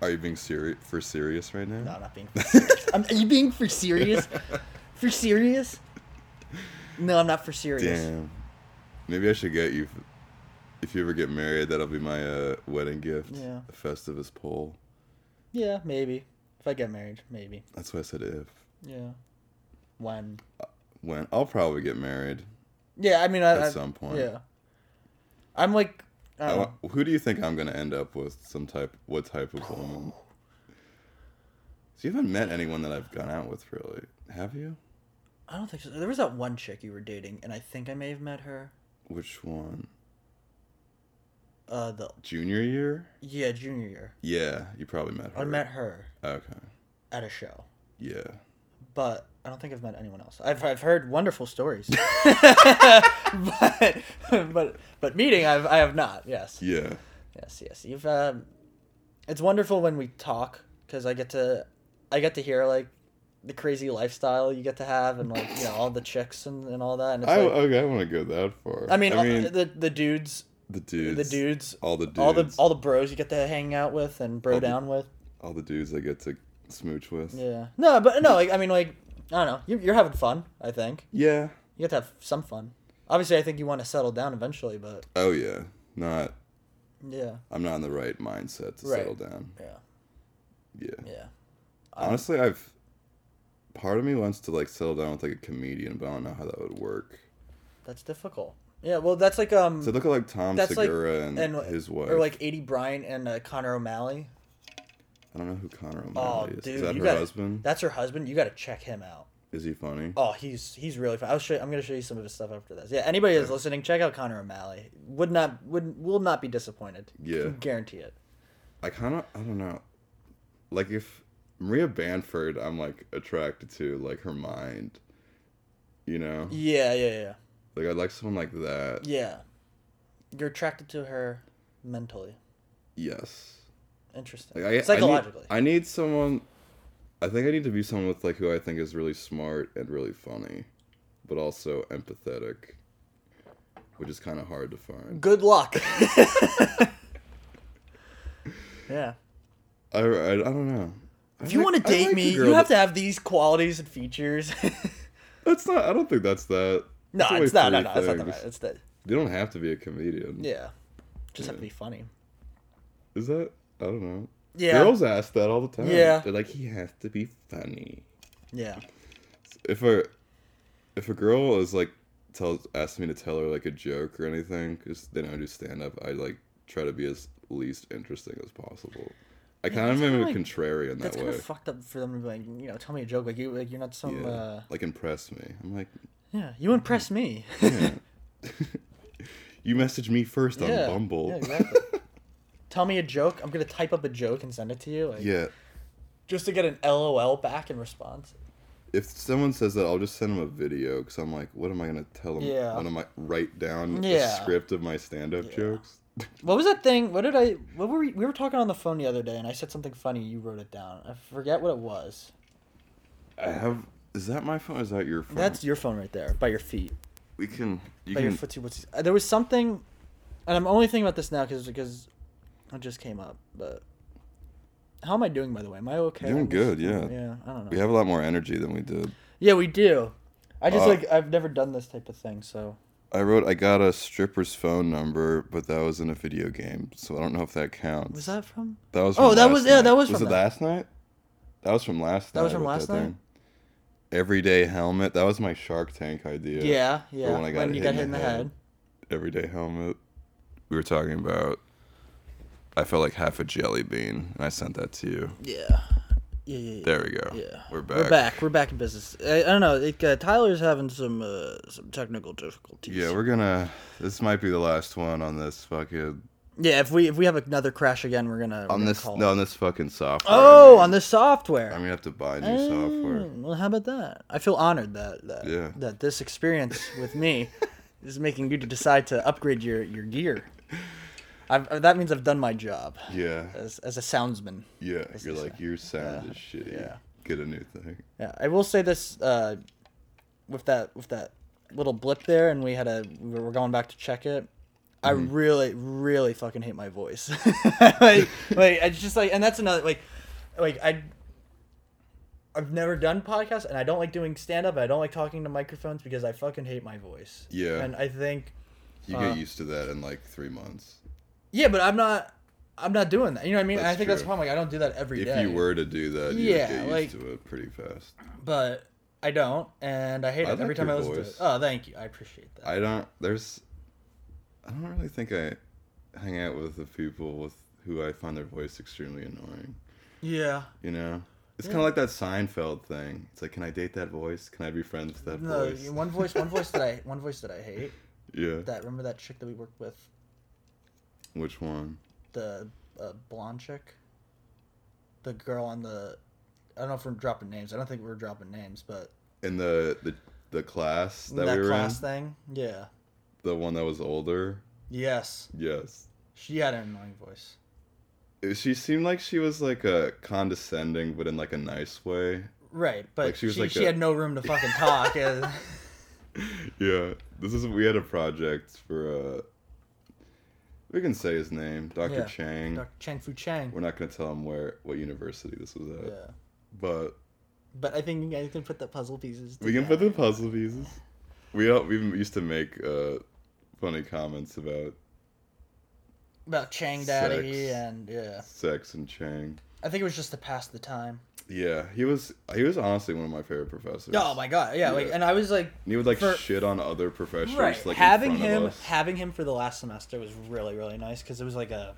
Speaker 1: Are you being serious for serious right now?
Speaker 2: No, I'm not being for
Speaker 1: *laughs*
Speaker 2: serious. I'm, are you being for serious? For serious? No, I'm not for serious.
Speaker 1: Damn. Maybe I should get you f- if you ever get married. That'll be my uh, wedding gift.
Speaker 2: Yeah.
Speaker 1: A Festivus pole.
Speaker 2: Yeah, maybe. If I get married, maybe.
Speaker 1: That's why I said if.
Speaker 2: Yeah. When?
Speaker 1: When I'll probably get married.
Speaker 2: Yeah, I mean, I,
Speaker 1: At
Speaker 2: I-
Speaker 1: some point.
Speaker 2: Yeah. I'm like, I
Speaker 1: I
Speaker 2: don't
Speaker 1: wa-
Speaker 2: know.
Speaker 1: who do you think I'm gonna end up with? Some type. What type of woman? So you haven't met anyone that I've gone out with really, have you?
Speaker 2: I don't think so. There was that one chick you were dating, and I think I may have met her.
Speaker 1: Which one?
Speaker 2: Uh, the
Speaker 1: Junior year?
Speaker 2: yeah junior year.
Speaker 1: Yeah, you probably met her.
Speaker 2: I met her
Speaker 1: Okay.
Speaker 2: at a show,
Speaker 1: Yeah.
Speaker 2: but I don't think I've met anyone else. I've I've heard wonderful
Speaker 1: *laughs*
Speaker 2: stories, but but but meeting I've I have not. Yes.
Speaker 1: Yeah.
Speaker 2: Yes, yes. You've um, it's wonderful when we talk because I get to, I get to hear like the crazy lifestyle you get to have and like you know all the chicks and, and all that. And it's
Speaker 1: I
Speaker 2: like,
Speaker 1: okay, I want to go that far.
Speaker 2: I mean,
Speaker 1: I
Speaker 2: all-
Speaker 1: mean
Speaker 2: the the dudes,
Speaker 1: the dudes,
Speaker 2: the dudes,
Speaker 1: all the dudes,
Speaker 2: all the all the bros you get to hang out with and bro
Speaker 1: the-
Speaker 2: down with.
Speaker 1: all the dudes I get to smooch with. Yeah,
Speaker 2: Yeah. No, but no, like I mean, like I don't know. You you're having fun. I think you get to have some fun. Obviously, I think you want to settle down eventually, but
Speaker 1: Oh yeah. Not.
Speaker 2: yeah,
Speaker 1: I'm not in the right mindset to
Speaker 2: Right.
Speaker 1: settle down.
Speaker 2: yeah,
Speaker 1: Yeah.
Speaker 2: yeah.
Speaker 1: Honestly, I've part of me wants to like settle down with like a comedian, but I don't know how that would work.
Speaker 2: That's difficult. Yeah, well, that's like um,
Speaker 1: So look at like Tom
Speaker 2: That's like-
Speaker 1: Segura and,
Speaker 2: and
Speaker 1: his wife.
Speaker 2: or like 80 Bryan and uh, Connor O'Malley.
Speaker 1: I don't know who Connor O'Malley
Speaker 2: Oh,
Speaker 1: is.
Speaker 2: dude,
Speaker 1: is that
Speaker 2: you
Speaker 1: her
Speaker 2: gotta-
Speaker 1: husband?
Speaker 2: That's her husband. You got to check him out.
Speaker 1: Is he funny?
Speaker 2: Oh, he's he's really fun. I'll show. I'm gonna show you some of his stuff after this. Yeah, anybody that's listening, check out Connor O'Malley. Would not would will not be disappointed.
Speaker 1: Yeah.
Speaker 2: Can guarantee it.
Speaker 1: I kind of I don't know. Like if Maria Banford, I'm like attracted to like her mind. You know,
Speaker 2: Yeah, yeah, yeah,
Speaker 1: like I like someone like that.
Speaker 2: yeah. You're attracted to her mentally.
Speaker 1: Yes.
Speaker 2: Interesting.
Speaker 1: Like I,
Speaker 2: Psychologically.
Speaker 1: I need, I need someone. I think I need to be someone with like who I think is really smart and really funny, but also empathetic, which is kind of hard to find. *laughs*
Speaker 2: Good luck. *laughs* yeah.
Speaker 1: I, I, I don't know. I
Speaker 2: If you
Speaker 1: like-
Speaker 2: want to
Speaker 1: I
Speaker 2: date
Speaker 1: like a
Speaker 2: me,
Speaker 1: girl
Speaker 2: you have
Speaker 1: that-
Speaker 2: to have these qualities and features. *laughs*
Speaker 1: That's not. I don't think that's that.
Speaker 2: no,
Speaker 1: That's a way
Speaker 2: it's not. No,
Speaker 1: free
Speaker 2: no, it's not the
Speaker 1: things.
Speaker 2: right. It's the
Speaker 1: You don't have to be a comedian.
Speaker 2: yeah. Just have to be funny.
Speaker 1: Is that? I don't know.
Speaker 2: Yeah.
Speaker 1: Girls ask that all the time.
Speaker 2: Yeah.
Speaker 1: They're like, he has to be funny.
Speaker 2: Yeah.
Speaker 1: If a, if a girl is like, tells asks me to tell her like a joke or anything, because they don't do stand up, I like try to be as least interesting as possible. I kind of
Speaker 2: that's
Speaker 1: am a
Speaker 2: kinda like-
Speaker 1: contrarian that
Speaker 2: That's kind
Speaker 1: way.
Speaker 2: of fucked up for them to be like, you know, tell me a joke. Like you, like you're not some.
Speaker 1: Yeah.
Speaker 2: uh
Speaker 1: Like impress me. I'm like,
Speaker 2: Yeah, you impress me.
Speaker 1: yeah. you messaged me first on
Speaker 2: yeah.
Speaker 1: Bumble. *laughs*
Speaker 2: Yeah, exactly. *laughs* tell me a joke. I'm gonna type up a joke and send it to you. Like,
Speaker 1: yeah.
Speaker 2: Just to get an LOL back in response.
Speaker 1: If someone says that, I'll just send them a video because I'm like, what am I gonna tell them?
Speaker 2: Yeah.
Speaker 1: When am I write down the
Speaker 2: Yeah.
Speaker 1: script of my stand-up jokes?
Speaker 2: What was that thing? What did I? What were we, we were talking on the phone the other day? And I said something funny. You wrote it down. I forget what it was.
Speaker 1: I have. Is that my phone? Or is that your phone?
Speaker 2: That's your phone right there, by your feet.
Speaker 1: We can. You
Speaker 2: By your
Speaker 1: can.
Speaker 2: footsie wootsies. Uh, There was something, and I'm only thinking about this now because because it just came up. But how am I doing? By the way, am I okay?
Speaker 1: Doing
Speaker 2: on this?
Speaker 1: good, yeah.
Speaker 2: Yeah. I don't know.
Speaker 1: We have a lot more energy than we did.
Speaker 2: Yeah, we do. I just
Speaker 1: Uh,
Speaker 2: like I've never done this type of thing, so
Speaker 1: I wrote. I got a stripper's phone number, but that was in a video game, so I don't know if that counts.
Speaker 2: was that from?
Speaker 1: That was.
Speaker 2: Oh,
Speaker 1: from
Speaker 2: that
Speaker 1: last
Speaker 2: was- yeah,
Speaker 1: night.
Speaker 2: that was
Speaker 1: Was
Speaker 2: from
Speaker 1: it
Speaker 2: that.
Speaker 1: last night? That was from last night.
Speaker 2: That was from
Speaker 1: with
Speaker 2: last night?
Speaker 1: thing. Everyday helmet. That was my Shark Tank idea.
Speaker 2: Yeah, yeah.
Speaker 1: when I got
Speaker 2: you got hit in the head.
Speaker 1: everyday helmet. We were talking about. I felt like half a jelly bean, and I sent that to you.
Speaker 2: Yeah. Yeah, yeah, yeah.
Speaker 1: There we go.
Speaker 2: Yeah.
Speaker 1: we're back.
Speaker 2: We're back. We're back in business. I, I don't know. It, uh, Tyler's having some uh, some technical difficulties.
Speaker 1: Yeah, we're gonna. This might be the last one on this fucking
Speaker 2: Yeah. If we if we have another crash again, we're gonna we're
Speaker 1: on
Speaker 2: gonna
Speaker 1: this
Speaker 2: Call.
Speaker 1: no on this fucking software.
Speaker 2: Oh,
Speaker 1: I
Speaker 2: on the software.
Speaker 1: am gonna have to buy new software.
Speaker 2: Mm, Well, how about that? I feel honored that that,
Speaker 1: Yeah.
Speaker 2: that this
Speaker 1: *laughs*
Speaker 2: experience with me is making you to decide to upgrade your your gear. I've, uh, that means I've done my job
Speaker 1: Yeah,
Speaker 2: as as a soundsman.
Speaker 1: yeah.
Speaker 2: Uh, This
Speaker 1: You're
Speaker 2: is-
Speaker 1: like your sound is shitty.
Speaker 2: yeah.
Speaker 1: Get a new thing.
Speaker 2: Yeah, I will say this uh, with that with that little blip there, and we had a we were going back to check it. I
Speaker 1: Mm-hmm.
Speaker 2: really, really fucking hate my voice. *laughs* like, like I just like, and that's another like, like I, I've never done podcasts, and I don't like doing stand up. I don't like talking to microphones because I fucking hate my voice.
Speaker 1: Yeah.
Speaker 2: and I think
Speaker 1: You
Speaker 2: Uh,
Speaker 1: get used to that in like three months.
Speaker 2: yeah, but I'm not, I'm not doing that. You know what I mean? And I
Speaker 1: That's
Speaker 2: think that's the
Speaker 1: true.
Speaker 2: problem. Like I don't do that every
Speaker 1: If
Speaker 2: day.
Speaker 1: you were to do that, you'd
Speaker 2: Yeah,
Speaker 1: get used
Speaker 2: like-
Speaker 1: to it pretty fast.
Speaker 2: but I don't, and I hate
Speaker 1: I
Speaker 2: it every
Speaker 1: like
Speaker 2: time I
Speaker 1: your
Speaker 2: listen to
Speaker 1: voice.
Speaker 2: it. Oh, thank you. I appreciate that.
Speaker 1: I don't. There's. I don't really think I hang out with the people with who I find their voice extremely annoying.
Speaker 2: yeah.
Speaker 1: You know. It's
Speaker 2: Yeah.
Speaker 1: kind of like that Seinfeld thing. It's like, can I date that voice? Can I be friends with that
Speaker 2: No,
Speaker 1: voice?
Speaker 2: one voice, one voice that I, one voice that I hate.
Speaker 1: Yeah.
Speaker 2: That remember that chick that we worked with,
Speaker 1: Which one?
Speaker 2: the uh, blonde chick, the girl on the, I don't know if we're dropping names. I don't think we're dropping names, but
Speaker 1: In the the, the class that,
Speaker 2: that,
Speaker 1: we were
Speaker 2: class
Speaker 1: in,
Speaker 2: thing, yeah,
Speaker 1: the one that was older.
Speaker 2: yes,
Speaker 1: Yes.
Speaker 2: she had an annoying voice.
Speaker 1: She seemed like she was like a condescending, but in like a nice way.
Speaker 2: Right, but
Speaker 1: Like,
Speaker 2: she,
Speaker 1: she was like
Speaker 2: she
Speaker 1: a-
Speaker 2: had
Speaker 1: *laughs*
Speaker 2: no room to fucking talk. and-
Speaker 1: Yeah. This is we had a project for uh. We can say his name, Dr.
Speaker 2: Yeah,
Speaker 1: Chang.
Speaker 2: Dr. Chang Fu Chang.
Speaker 1: We're not gonna tell him where what university this was at,
Speaker 2: Yeah,
Speaker 1: but
Speaker 2: but I think you guys can put the puzzle pieces.
Speaker 1: we can put the
Speaker 2: together.
Speaker 1: puzzle pieces. We all, we used to make uh, funny comments about
Speaker 2: about Chang Daddy
Speaker 1: Sex.
Speaker 2: and yeah.
Speaker 1: sex and Chang.
Speaker 2: I think it was just to pass the time.
Speaker 1: Yeah, he was he was honestly one of my favorite professors.
Speaker 2: Oh my god, yeah, like,
Speaker 1: Yeah.
Speaker 2: and I was like,
Speaker 1: And he would like
Speaker 2: For-
Speaker 1: shit on other professors.
Speaker 2: right,
Speaker 1: Like in
Speaker 2: having
Speaker 1: front of
Speaker 2: him,
Speaker 1: us.
Speaker 2: having him for the last semester was really, really nice because it was like a,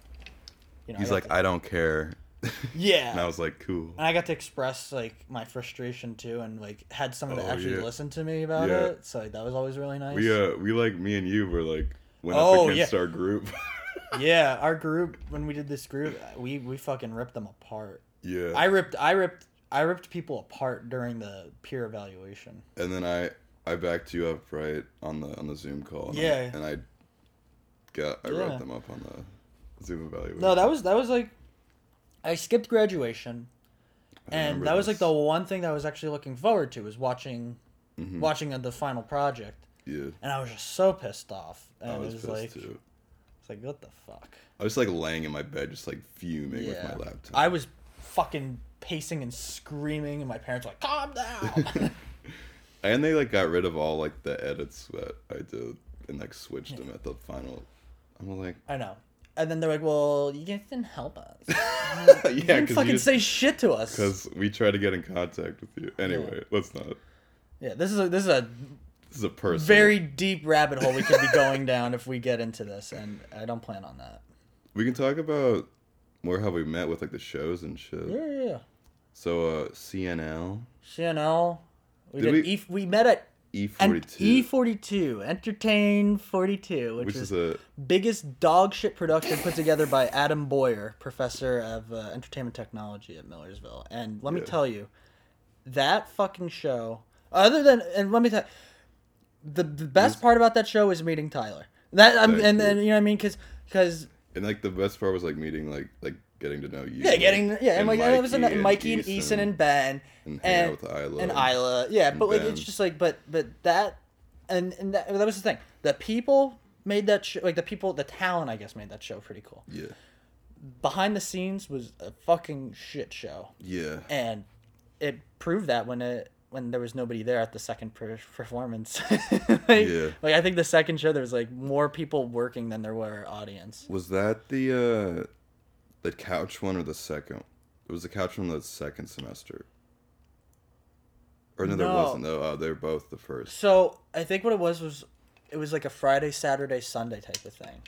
Speaker 2: you know, I
Speaker 1: He's
Speaker 2: got
Speaker 1: like,
Speaker 2: to-
Speaker 1: I don't care. *laughs*
Speaker 2: yeah,
Speaker 1: And I was like, cool.
Speaker 2: and I got to express like my frustration too, and like had someone that
Speaker 1: Oh,
Speaker 2: actually
Speaker 1: yeah.
Speaker 2: listened to me about
Speaker 1: Yeah.
Speaker 2: it, so like, that was always really nice.
Speaker 1: We uh we like me and you were like went
Speaker 2: Oh,
Speaker 1: up against our group. *laughs*
Speaker 2: yeah, our group when we did this group, we we fucking ripped them apart.
Speaker 1: yeah.
Speaker 2: I ripped, I ripped, I ripped people apart during the peer evaluation.
Speaker 1: and then I I backed you up right on the on the Zoom call. And
Speaker 2: Yeah.
Speaker 1: I, and I got I
Speaker 2: Yeah.
Speaker 1: wrote them up on the Zoom evaluation.
Speaker 2: No, that was that was like, I skipped graduation,
Speaker 1: I
Speaker 2: and
Speaker 1: remember
Speaker 2: that was like
Speaker 1: this.
Speaker 2: the one thing that I was actually looking forward to was watching,
Speaker 1: Mm-hmm.
Speaker 2: watching the final project,
Speaker 1: yeah.
Speaker 2: and I was just so pissed off, and
Speaker 1: I was,
Speaker 2: it was
Speaker 1: pissed
Speaker 2: like,
Speaker 1: too.
Speaker 2: it's like what the fuck.
Speaker 1: I was like laying in my bed, just like fuming with my
Speaker 2: Yeah.
Speaker 1: laptop.
Speaker 2: I was fucking pacing and screaming, and my parents were like,
Speaker 1: *laughs*
Speaker 2: "Calm down."
Speaker 1: And they like got rid of all like the edits that I did and like switched them at the final. I'm like,
Speaker 2: I know. And then they're like, "Well, you guys didn't help
Speaker 1: *laughs*
Speaker 2: us. Uh, You
Speaker 1: yeah,
Speaker 2: didn't
Speaker 1: *laughs*
Speaker 2: fucking
Speaker 1: because
Speaker 2: say shit to us."
Speaker 1: we tried to get in contact with you. Anyway, let's not.
Speaker 2: Yeah, this is a, this is a
Speaker 1: This is a personal.
Speaker 2: very deep rabbit hole we could be going down if we get into this, and I don't plan on that.
Speaker 1: We can talk about more how we met with like the shows and shit.
Speaker 2: Yeah, yeah, yeah.
Speaker 1: So uh CNL
Speaker 2: Chanel. We
Speaker 1: Did
Speaker 2: did.
Speaker 1: we-
Speaker 2: e, we met at
Speaker 1: E42,
Speaker 2: en- E42 Entertain 42, which,
Speaker 1: which
Speaker 2: is
Speaker 1: is
Speaker 2: the
Speaker 1: a
Speaker 2: biggest dog shit production put together by Adam Boyer, professor of uh, entertainment technology at Millersville. And let me
Speaker 1: Yeah.
Speaker 2: tell you, that fucking show. Other than and let me tell, the the best part about that show is meeting Tyler. That I'm,
Speaker 1: Thank
Speaker 2: and
Speaker 1: you.
Speaker 2: then you know what I mean because because
Speaker 1: and like the best part was like meeting like like getting to know you.
Speaker 2: Yeah, getting yeah, and, like it was
Speaker 1: Mikey
Speaker 2: Mikey, Mikey and Eason and Ben
Speaker 1: and hanging
Speaker 2: and and,
Speaker 1: out with Isla and-
Speaker 2: Isla. Yeah, but like
Speaker 1: Ben.
Speaker 2: it's just like but but that and and that, that was the thing. The people made that show like the people the talent I guess made that show pretty cool.
Speaker 1: Yeah,
Speaker 2: Behind the scenes was a fucking shit show,
Speaker 1: yeah.
Speaker 2: and it proved that when it when there was nobody there at the second per- performance. *laughs* like,
Speaker 1: Yeah.
Speaker 2: like I think the second show there was like more people working than there were audience.
Speaker 1: Was that the uh the couch one or the second? It was the couch one the second semester. Or no, there
Speaker 2: No.
Speaker 1: wasn't. No, uh, they're both the first.
Speaker 2: So I think what it was was it was like a Friday, Saturday, Sunday type of thing.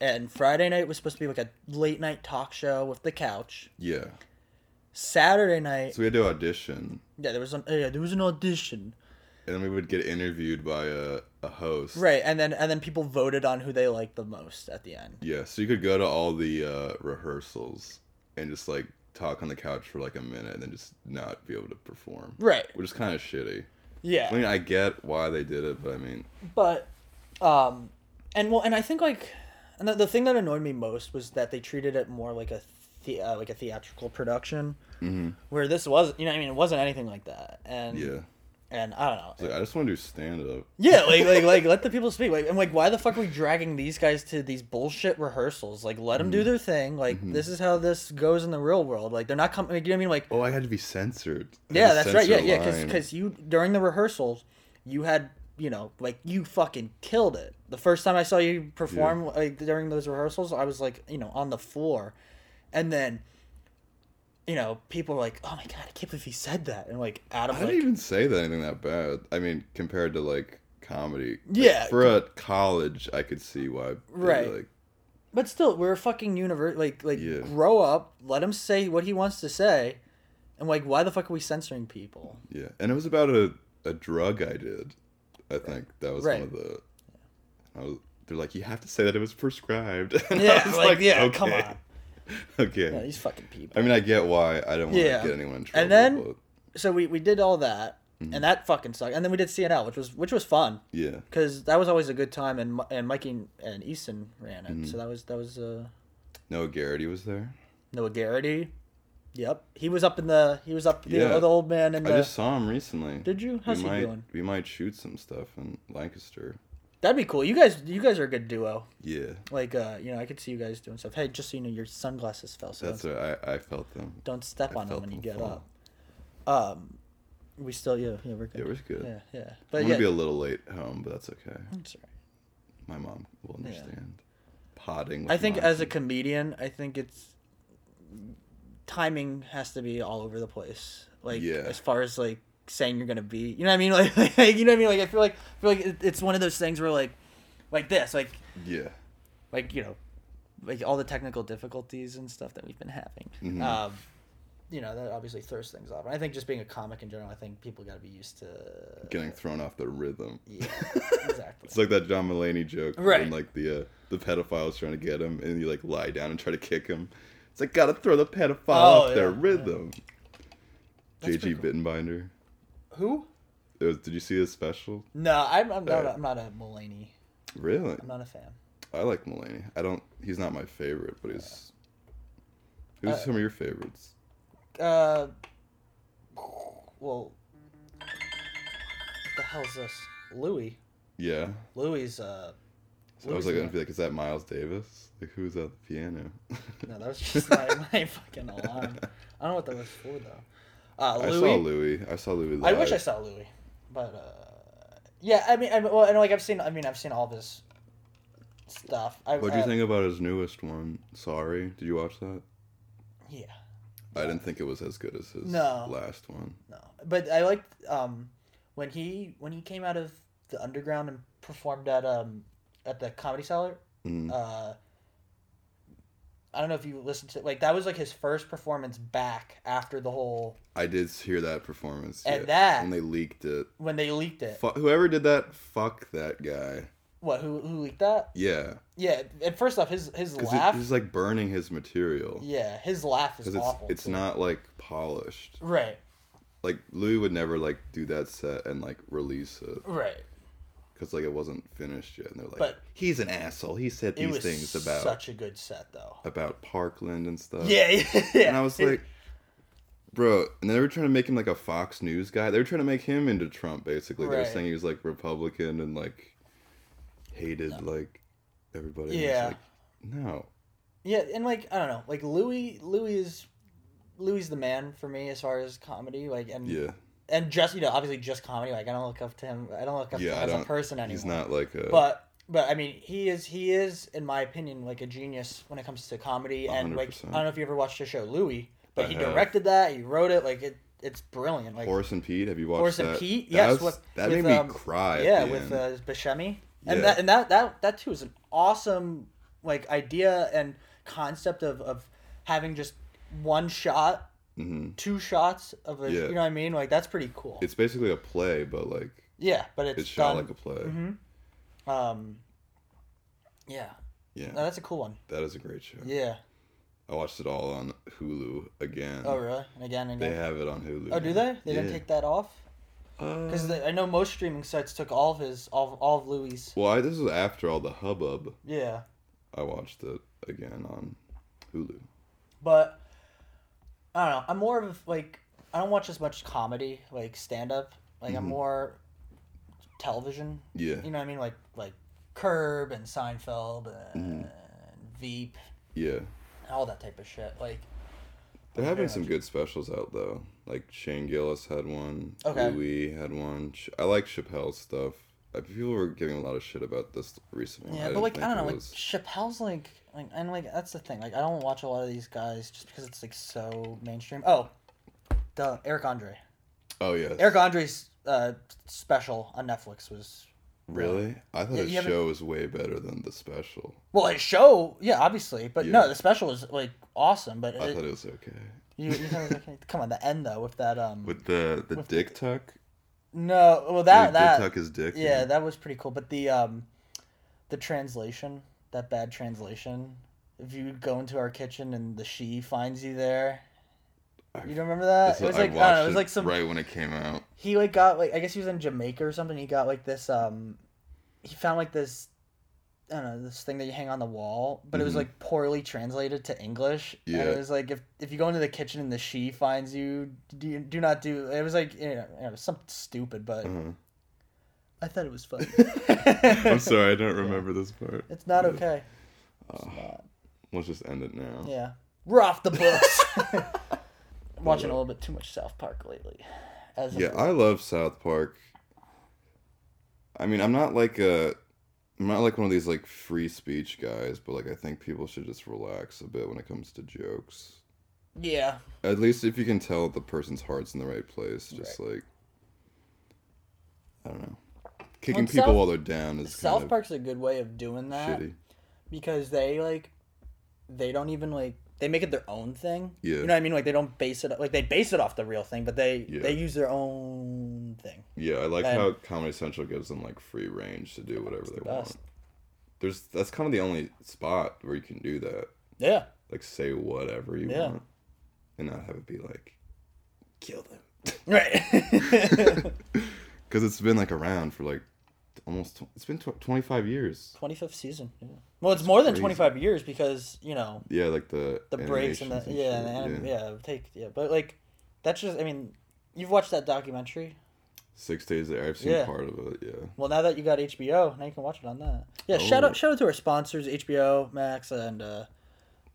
Speaker 2: And Friday night was supposed to be like a late night talk show with the couch.
Speaker 1: Yeah.
Speaker 2: Saturday night,
Speaker 1: So we had to audition,
Speaker 2: yeah, there was an yeah, there was an audition,
Speaker 1: and then we would get interviewed by a a host.
Speaker 2: right? And then and then people voted on who they liked the most at the end.
Speaker 1: Yeah. So you could go to all the uh, rehearsals and just like talk on the couch for like a minute, and then just not be able to perform.
Speaker 2: Right.
Speaker 1: Which is kind of shitty. I
Speaker 2: Yeah.
Speaker 1: mean, I get why they did it, but I mean,
Speaker 2: But, um, and well, and I think like, and the, the thing that annoyed me most was that they treated it more like a the, uh, like a theatrical production, mm-hmm. where this was, you know, what I mean, it wasn't anything like that. And
Speaker 1: yeah.
Speaker 2: and I don't know.
Speaker 1: It's like, I just want to do stand up.
Speaker 2: Yeah,
Speaker 1: *laughs*
Speaker 2: like like like let the people speak. Like I'm like, why the fuck are we dragging these guys to these bullshit rehearsals? Like let them do
Speaker 1: Mm-hmm.
Speaker 2: their thing. Like this is how this goes in the real world. Like they're not coming. Like, you know what I mean? Like
Speaker 1: Oh, I had to be censored. I had
Speaker 2: yeah,
Speaker 1: to
Speaker 2: that's right. Yeah,
Speaker 1: censor a
Speaker 2: yeah, because
Speaker 1: line.
Speaker 2: because you during the rehearsals, you had you know like you fucking killed it. The first time I saw you perform like during those rehearsals, I was like you know on the floor, and then. You know, people were like, "Oh my god, I can't believe he said that," and like Adam,
Speaker 1: I
Speaker 2: like,
Speaker 1: didn't even say that anything that bad. I mean, compared to like comedy. Like,
Speaker 2: Yeah.
Speaker 1: for a college, I could see why. they'd be
Speaker 2: Right.
Speaker 1: Like,
Speaker 2: But still, we're a fucking universe. Like, like
Speaker 1: Yeah.
Speaker 2: grow up. Let him say what he wants to say, and like, why the fuck are we
Speaker 1: *laughs*
Speaker 2: censoring people?
Speaker 1: yeah, and it was about a, a drug I did. I think that was
Speaker 2: Right.
Speaker 1: one of the. I was, they're like, you have to say that it was prescribed. *laughs* And I
Speaker 2: Yeah,
Speaker 1: was
Speaker 2: like, yeah, come
Speaker 1: okay,
Speaker 2: on,
Speaker 1: *laughs* Okay.
Speaker 2: yeah, these fucking people.
Speaker 1: I mean, I get why I don't want to
Speaker 2: Yeah.
Speaker 1: get anyone in trouble.
Speaker 2: And then-
Speaker 1: but-
Speaker 2: So we we did all that,
Speaker 1: Mm-hmm.
Speaker 2: and that fucking sucked. And then we did CNL, which was which was fun
Speaker 1: yeah,
Speaker 2: because that was always a good time. And Mi- and Mikey and- and Easton ran
Speaker 1: Mm-hmm.
Speaker 2: it, so that was that was uh,
Speaker 1: Noah Garrity was there.
Speaker 2: Noah Garrity. Yep, he was up in the he was up the,
Speaker 1: Yeah.
Speaker 2: the old man and
Speaker 1: I
Speaker 2: the.
Speaker 1: just saw him recently.
Speaker 2: Did you? How's
Speaker 1: we
Speaker 2: he
Speaker 1: might,
Speaker 2: doing?
Speaker 1: We might shoot some stuff in Lancaster.
Speaker 2: That'd be cool. You guys, you guys are a good duo.
Speaker 1: Yeah,
Speaker 2: Like, uh, you know, I could see you guys doing stuff. Hey, just so you know, your sunglasses fell. So
Speaker 1: that's right. I, I felt them.
Speaker 2: Don't step
Speaker 1: I
Speaker 2: on them
Speaker 1: felt
Speaker 2: when you
Speaker 1: them
Speaker 2: get
Speaker 1: fall.
Speaker 2: up. Um, we still yeah yeah we're
Speaker 1: Yeah,
Speaker 2: good.
Speaker 1: it was good.
Speaker 2: Yeah, yeah.
Speaker 1: I'm
Speaker 2: But
Speaker 1: gonna
Speaker 2: yeah,
Speaker 1: be a little late home, but that's okay.
Speaker 2: it's all
Speaker 1: My
Speaker 2: right.
Speaker 1: mom will understand. Potting. With
Speaker 2: I think
Speaker 1: mom.
Speaker 2: as a comedian, I think it's timing has to be all over the place. Like
Speaker 1: Yeah.
Speaker 2: as far as like saying you're gonna be, you know what I mean? *laughs* Like, like you know what I mean? Like I feel like I feel like it, it's one of those things where like like this like
Speaker 1: *laughs* Yeah.
Speaker 2: like you know like all the technical difficulties and stuff that we've been having.
Speaker 1: Mhm.
Speaker 2: Um, you know that obviously throws things off. And I think just being a comic in general, I think people got to be used to
Speaker 1: Getting thrown off the rhythm.
Speaker 2: yeah *laughs*
Speaker 1: *laughs*
Speaker 2: exactly.
Speaker 1: It's like that John Mulaney joke,
Speaker 2: Right.
Speaker 1: When, like the uh, the pedophile's trying to get him, and you like lie down and try to kick him. It's like gotta throw the pedophile
Speaker 2: Oh,
Speaker 1: off their
Speaker 2: yeah, yeah.
Speaker 1: rhythm.
Speaker 2: That's
Speaker 1: JG
Speaker 2: pretty
Speaker 1: Bittenbinder.
Speaker 2: Who?
Speaker 1: It was, did you see his special?
Speaker 2: No, I'm, I'm not.
Speaker 1: Uh,
Speaker 2: I'm not a Mulaney.
Speaker 1: Really?
Speaker 2: I'm not a fan.
Speaker 1: I like Mulaney. I don't. He's not my favorite, but he's. Who's
Speaker 2: Uh,
Speaker 1: some of your favorites?
Speaker 2: Uh, well, what the hell's this? Louis.
Speaker 1: Yeah.
Speaker 2: Louis. Uh,
Speaker 1: So I was
Speaker 2: Louis
Speaker 1: like,
Speaker 2: is
Speaker 1: gonna be like, is that Miles Davis? Like, who's at the piano?
Speaker 2: not- no,
Speaker 1: *laughs*
Speaker 2: that was just my, *laughs* my fucking alarm. I don't know what that was for though. Uh,
Speaker 1: I
Speaker 2: Louis.
Speaker 1: saw Louis. I saw Louis.
Speaker 2: I
Speaker 1: Live.
Speaker 2: wish I saw Louis, but uh, yeah. I mean, I mean, well, and like I've seen. I mean, I've seen all of his stuff. I,
Speaker 1: What do you
Speaker 2: uh,
Speaker 1: think about his newest one? Sorry, did you watch that?
Speaker 2: Yeah.
Speaker 1: I didn't think it was as good as his
Speaker 2: No.
Speaker 1: last one.
Speaker 2: No, but I liked um, when he when he came out of the underground and performed at um at the comedy cellar.
Speaker 1: Mm.
Speaker 2: Uh, I don't know if you listened to like that was like his first performance back after the whole
Speaker 1: I did hear that performance.
Speaker 2: And
Speaker 1: yeah,
Speaker 2: that-
Speaker 1: when they leaked it.
Speaker 2: when they leaked it.
Speaker 1: Fu- whoever did that, fuck that guy.
Speaker 2: What who who leaked that?
Speaker 1: Yeah,
Speaker 2: Yeah, and first off, his his
Speaker 1: because
Speaker 2: laugh.
Speaker 1: he's like burning his material.
Speaker 2: yeah, his laugh is
Speaker 1: Because it's
Speaker 2: awful.
Speaker 1: it's
Speaker 2: too.
Speaker 1: not like polished.
Speaker 2: right,
Speaker 1: Like Louis would never like do that set and like release it
Speaker 2: right.
Speaker 1: because like it wasn't finished yet. And they're like,
Speaker 2: But-
Speaker 1: he's an asshole. He said
Speaker 2: It
Speaker 1: these
Speaker 2: was
Speaker 1: things about
Speaker 2: such a good set though.
Speaker 1: about Parkland and stuff.
Speaker 2: yeah, *laughs* yeah, yeah.
Speaker 1: And I was
Speaker 2: It-
Speaker 1: like, bro. And they were trying to make him like a Fox News guy. They were trying to make him into Trump, basically. They were
Speaker 2: Right.
Speaker 1: saying he was like Republican and like hated like everybody. And I was
Speaker 2: Yeah.
Speaker 1: like, no.
Speaker 2: Yeah, and like I don't know, like Louis, Louis is Louis is the man for me as far as comedy, like and
Speaker 1: Yeah.
Speaker 2: and just you know obviously just comedy. Like I don't look up to him. I don't look up
Speaker 1: Yeah,
Speaker 2: to
Speaker 1: I
Speaker 2: him as a
Speaker 1: don't-
Speaker 2: person anymore.
Speaker 1: He's not like a.
Speaker 2: But but I mean, he is he is in my opinion like a genius when it comes to comedy. And like I
Speaker 1: 100%.
Speaker 2: don't know if you ever watched the show Louis, but
Speaker 1: I
Speaker 2: he
Speaker 1: have.
Speaker 2: directed that. He wrote it. Like it, it's brilliant. Like
Speaker 1: Horace and Pete, have you watched
Speaker 2: Horace
Speaker 1: that?
Speaker 2: and Pete?
Speaker 1: That
Speaker 2: Yes,
Speaker 1: was-
Speaker 2: with-
Speaker 1: that
Speaker 2: with,
Speaker 1: made me
Speaker 2: um,
Speaker 1: cry. at
Speaker 2: yeah
Speaker 1: the
Speaker 2: with
Speaker 1: end.
Speaker 2: uh, Buscemi and
Speaker 1: Yeah.
Speaker 2: that and that that that too is an awesome like idea and concept of of having just one shot
Speaker 1: Mhm.
Speaker 2: two shots of a
Speaker 1: Yeah.
Speaker 2: you know what I mean like that's pretty cool
Speaker 1: It's basically a play, but like
Speaker 2: yeah but it's,
Speaker 1: it's, shot
Speaker 2: done Mm-hmm.
Speaker 1: like a play.
Speaker 2: um yeah
Speaker 1: Yeah,
Speaker 2: no, that's a cool one
Speaker 1: that is a great show.
Speaker 2: Uh, yeah
Speaker 1: I watched it all on Hulu again.
Speaker 2: oh really and again and
Speaker 1: They
Speaker 2: again
Speaker 1: have it on Hulu.
Speaker 2: oh do they
Speaker 1: yeah.
Speaker 2: they didn't take that off
Speaker 1: Uh,
Speaker 2: because I know most streaming sites took all of his all of, all of Louis
Speaker 1: well, I, this was after all the hubbub.
Speaker 2: yeah
Speaker 1: I watched it again on Hulu.
Speaker 2: but I don't know. I'm more of like I don't watch as much comedy, like stand up. Like I'm more television.
Speaker 1: Mm-hmm. Yeah,
Speaker 2: You know what I mean? Like like Curb and Seinfeld and
Speaker 1: Mm-hmm.
Speaker 2: Veep
Speaker 1: yeah.
Speaker 2: and all that type of shit. Like
Speaker 1: There have
Speaker 2: very
Speaker 1: been some good specials out though. Like Shane Gillis had one.
Speaker 2: Okay.
Speaker 1: Louis had one. Ch- I like Chappelle's stuff. Uh, People were giving a lot of shit about this recent one.
Speaker 2: yeah, but
Speaker 1: didn't
Speaker 2: like I
Speaker 1: think
Speaker 2: don't
Speaker 1: it
Speaker 2: know. Like
Speaker 1: was-
Speaker 2: Chappelle's like like and like that's the thing. Like I don't watch a lot of these guys just because it's like so mainstream. Oh, the Eric Andre.
Speaker 1: oh yeah,
Speaker 2: Eric Andre's uh, special on Netflix was
Speaker 1: really? I thought
Speaker 2: Yeah,
Speaker 1: his
Speaker 2: you haven't-
Speaker 1: show was way better than the special.
Speaker 2: Well, his show, yeah, obviously, but
Speaker 1: Yeah.
Speaker 2: no, the special was like awesome. But
Speaker 1: I
Speaker 2: it,
Speaker 1: thought it was okay
Speaker 2: you, you thought it was okay. *laughs* come on, the end though with that um,
Speaker 1: with the the dick tuck.
Speaker 2: no, well
Speaker 1: That,
Speaker 2: that
Speaker 1: did
Speaker 2: that
Speaker 1: tuck his dick.
Speaker 2: yeah,
Speaker 1: in.
Speaker 2: that was pretty cool. But the um, the translation, that bad translation. If you go into our kitchen and the she finds you there, you don't remember that?
Speaker 1: So
Speaker 2: It was
Speaker 1: I
Speaker 2: like I, don't
Speaker 1: watched
Speaker 2: know, it was like some
Speaker 1: right when it came
Speaker 2: *laughs*
Speaker 1: out.
Speaker 2: he like got like I guess he was in Jamaica or something. He got like this um, he found like this. I don't know this thing that you hang on the wall, but it was
Speaker 1: Mhm.
Speaker 2: like poorly translated to English. and
Speaker 1: Yeah.
Speaker 2: it was like if, if you go into the kitchen and the she finds you, do, do not do. It was like you know, it was something stupid, but
Speaker 1: Uh-huh.
Speaker 2: I thought it was
Speaker 1: *laughs*
Speaker 2: funny.
Speaker 1: I'm sorry, I don't remember this part.
Speaker 2: it's not okay.
Speaker 1: Let's just end it now.
Speaker 2: Yeah, we're off the books.
Speaker 1: *laughs*
Speaker 2: *laughs* I'm watching a little bit too much South Park lately. As of
Speaker 1: Yeah, I love South Park. I mean, I'm not like a, I'm not like one of these like free speech guys, but like I think people should just relax a bit when it comes to jokes.
Speaker 2: Yeah.
Speaker 1: At least if you can tell the person's heart's in the right place, just like I don't know, kicking people
Speaker 2: South-
Speaker 1: while they're down is kind
Speaker 2: South uh,
Speaker 1: of
Speaker 2: Park's a good way of doing that
Speaker 1: shitty.
Speaker 2: because they like they don't even like they make it their own thing.
Speaker 1: Yeah.
Speaker 2: You know what I mean? Like they don't base it like they base it off the real thing, but they
Speaker 1: Yeah.
Speaker 2: they use their own thing.
Speaker 1: Yeah, I like
Speaker 2: And-
Speaker 1: how Comedy Central gives them like free range to do whatever they want.
Speaker 2: best.
Speaker 1: There's that's kind of the only spot where you can do that.
Speaker 2: Yeah.
Speaker 1: Like say whatever you
Speaker 2: Yeah.
Speaker 1: want, and not have it be like kill them.
Speaker 2: Right. *laughs*
Speaker 1: Because it's been like around for like almost tw- it's been tw- 25 years.
Speaker 2: 25th season. Yeah. Well, it's more than
Speaker 1: crazy.
Speaker 2: 25 years because, you know,
Speaker 1: Yeah, like the
Speaker 2: the breaks and the
Speaker 1: animations
Speaker 2: yeah,
Speaker 1: shit,
Speaker 2: and the anim- yeah, take yeah, but like that's just I mean, you've watched that documentary.
Speaker 1: Six days there. I've seen
Speaker 2: Yeah.
Speaker 1: part of it. Yeah.
Speaker 2: Well, now that you got HBO, now you can watch it on that. Yeah, shout
Speaker 1: Oh.
Speaker 2: out shout out to our sponsors, HBO Max and uh,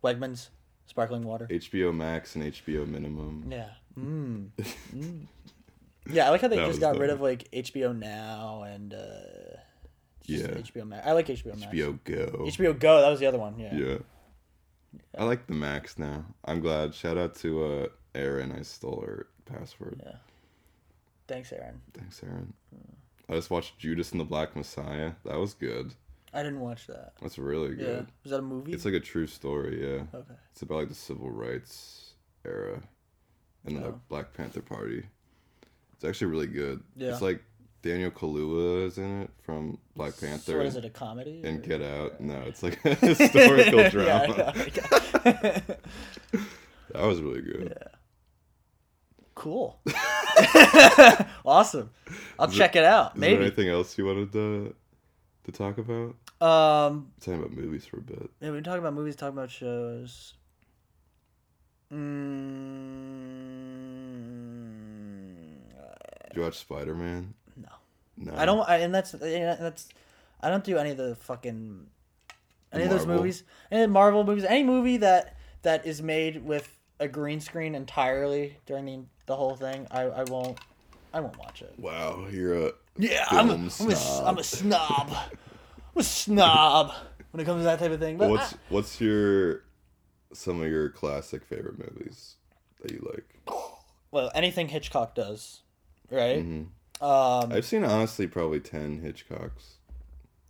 Speaker 2: Wegmans Sparkling Water.
Speaker 1: HBO Max and HBO Minimum.
Speaker 2: Yeah.
Speaker 1: *laughs*
Speaker 2: Mm. Mm. Yeah, I like how they
Speaker 1: That
Speaker 2: just
Speaker 1: was
Speaker 2: got
Speaker 1: the-
Speaker 2: rid of like HBO Now and uh, just
Speaker 1: Yeah.
Speaker 2: HBO Max. I like HBO Max. HBO.
Speaker 1: HBO Go.
Speaker 2: Go, that was the other one. Yeah.
Speaker 1: Yeah. I like the Max now. I'm glad. Shout out to uh Erin. I stole her password.
Speaker 2: Yeah. Thanks, Aaron.
Speaker 1: Thanks, Erin. I just watched Judas and the Black Messiah. That was good.
Speaker 2: I didn't watch that.
Speaker 1: That's really
Speaker 2: Yeah.
Speaker 1: good.
Speaker 2: Was that a movie?
Speaker 1: It's like a true story. Yeah.
Speaker 2: okay.
Speaker 1: It's about like the civil rights era and the
Speaker 2: Oh.
Speaker 1: Black Panther Party. It's actually really good.
Speaker 2: Yeah.
Speaker 1: It's like Daniel Kaluuya is in it from Black Panther
Speaker 2: So what
Speaker 1: and,
Speaker 2: is it? A comedy?
Speaker 1: and
Speaker 2: or-
Speaker 1: Get Out. No, it's
Speaker 2: *laughs*
Speaker 1: like a *laughs* historical
Speaker 2: Yeah, I
Speaker 1: drama.
Speaker 2: know. *laughs*
Speaker 1: That was really good. *laughs*
Speaker 2: cool. *laughs* awesome. I'll check it out.
Speaker 1: Is there
Speaker 2: Maybe.
Speaker 1: anything else you wanted to to talk about?
Speaker 2: Um,
Speaker 1: We're talking about movies for a bit.
Speaker 2: yeah, we've been talking about movies, talking about shows. Mm,
Speaker 1: Did you watch Spider Man?
Speaker 2: No.
Speaker 1: No.
Speaker 2: I don't. I, and that's and that's. I don't do any of the fucking any of those
Speaker 1: Marvel.
Speaker 2: movies, any of the Marvel movies, any movie that that is made with a green screen entirely during the the whole thing. I, I won't. I won't watch it.
Speaker 1: Wow, you're a
Speaker 2: Yeah,
Speaker 1: film
Speaker 2: I'm a, I'm, a,
Speaker 1: snob.
Speaker 2: I'm a snob. I'm a snob when it comes to that type of thing. But *laughs*
Speaker 1: what's what's your some of your classic favorite movies that you
Speaker 2: Oh.
Speaker 1: like?
Speaker 2: I- well, anything Hitchcock does, right?
Speaker 1: Mhm.
Speaker 2: Um,
Speaker 1: I've seen honestly probably ten Hitchcocks.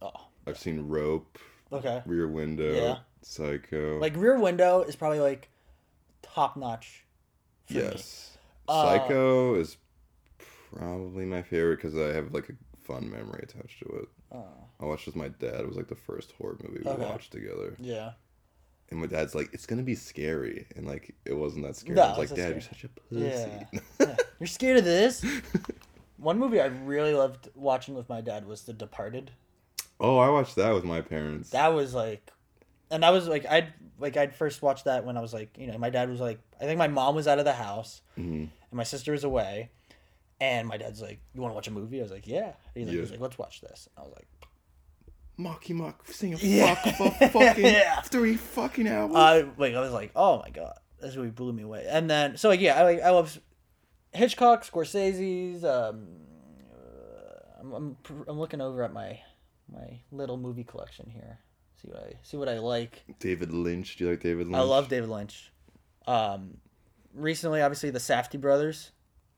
Speaker 2: oh,
Speaker 1: I've seen Rope,
Speaker 2: okay.
Speaker 1: Rear Window,
Speaker 2: Yeah.
Speaker 1: Psycho.
Speaker 2: Like Rear Window is probably like top notch. for me.
Speaker 1: yes,
Speaker 2: Uh,
Speaker 1: Psycho is probably my favorite because I have like a fun memory attached to it.
Speaker 2: Oh,
Speaker 1: I watched with my dad. It was like the first horror movie we
Speaker 2: Okay.
Speaker 1: watched together.
Speaker 2: yeah.
Speaker 1: And my dad's like, "It's gonna be scary," and like it wasn't that scary.
Speaker 2: No,
Speaker 1: I was like,
Speaker 2: it's
Speaker 1: "Dad,
Speaker 2: not
Speaker 1: you're
Speaker 2: scary.
Speaker 1: such a
Speaker 2: Yeah.
Speaker 1: pussy."
Speaker 2: yeah. You're scared of this? One movie I really loved watching with my dad was The Departed.
Speaker 1: *laughs* Oh, I watched that with my parents.
Speaker 2: That was like and that was like I'd like I'd first watched that when I was like, you know, my dad was like I think my mom was out of the house
Speaker 1: Mhm.
Speaker 2: and my sister was away and my dad's like, You wanna watch a movie? I was like, Yeah. He's like, he
Speaker 1: Yeah.
Speaker 2: was like let's watch this. I was like
Speaker 1: Mocky Mock singing
Speaker 2: Yeah.
Speaker 1: fuck for fucking
Speaker 2: *laughs* Yeah. Uh,
Speaker 1: three fucking hours.
Speaker 2: I like I was like, Oh my god, this movie blew me away. And then so like yeah, I like I love Hitchcock, Scorsese's, um uh, I'm, I'm pr- I'm looking over at my my little movie collection here. See what I see what I like.
Speaker 1: David Lynch. Do you like David Lynch?
Speaker 2: I love David Lynch. Um, recently, obviously, the Safdie brothers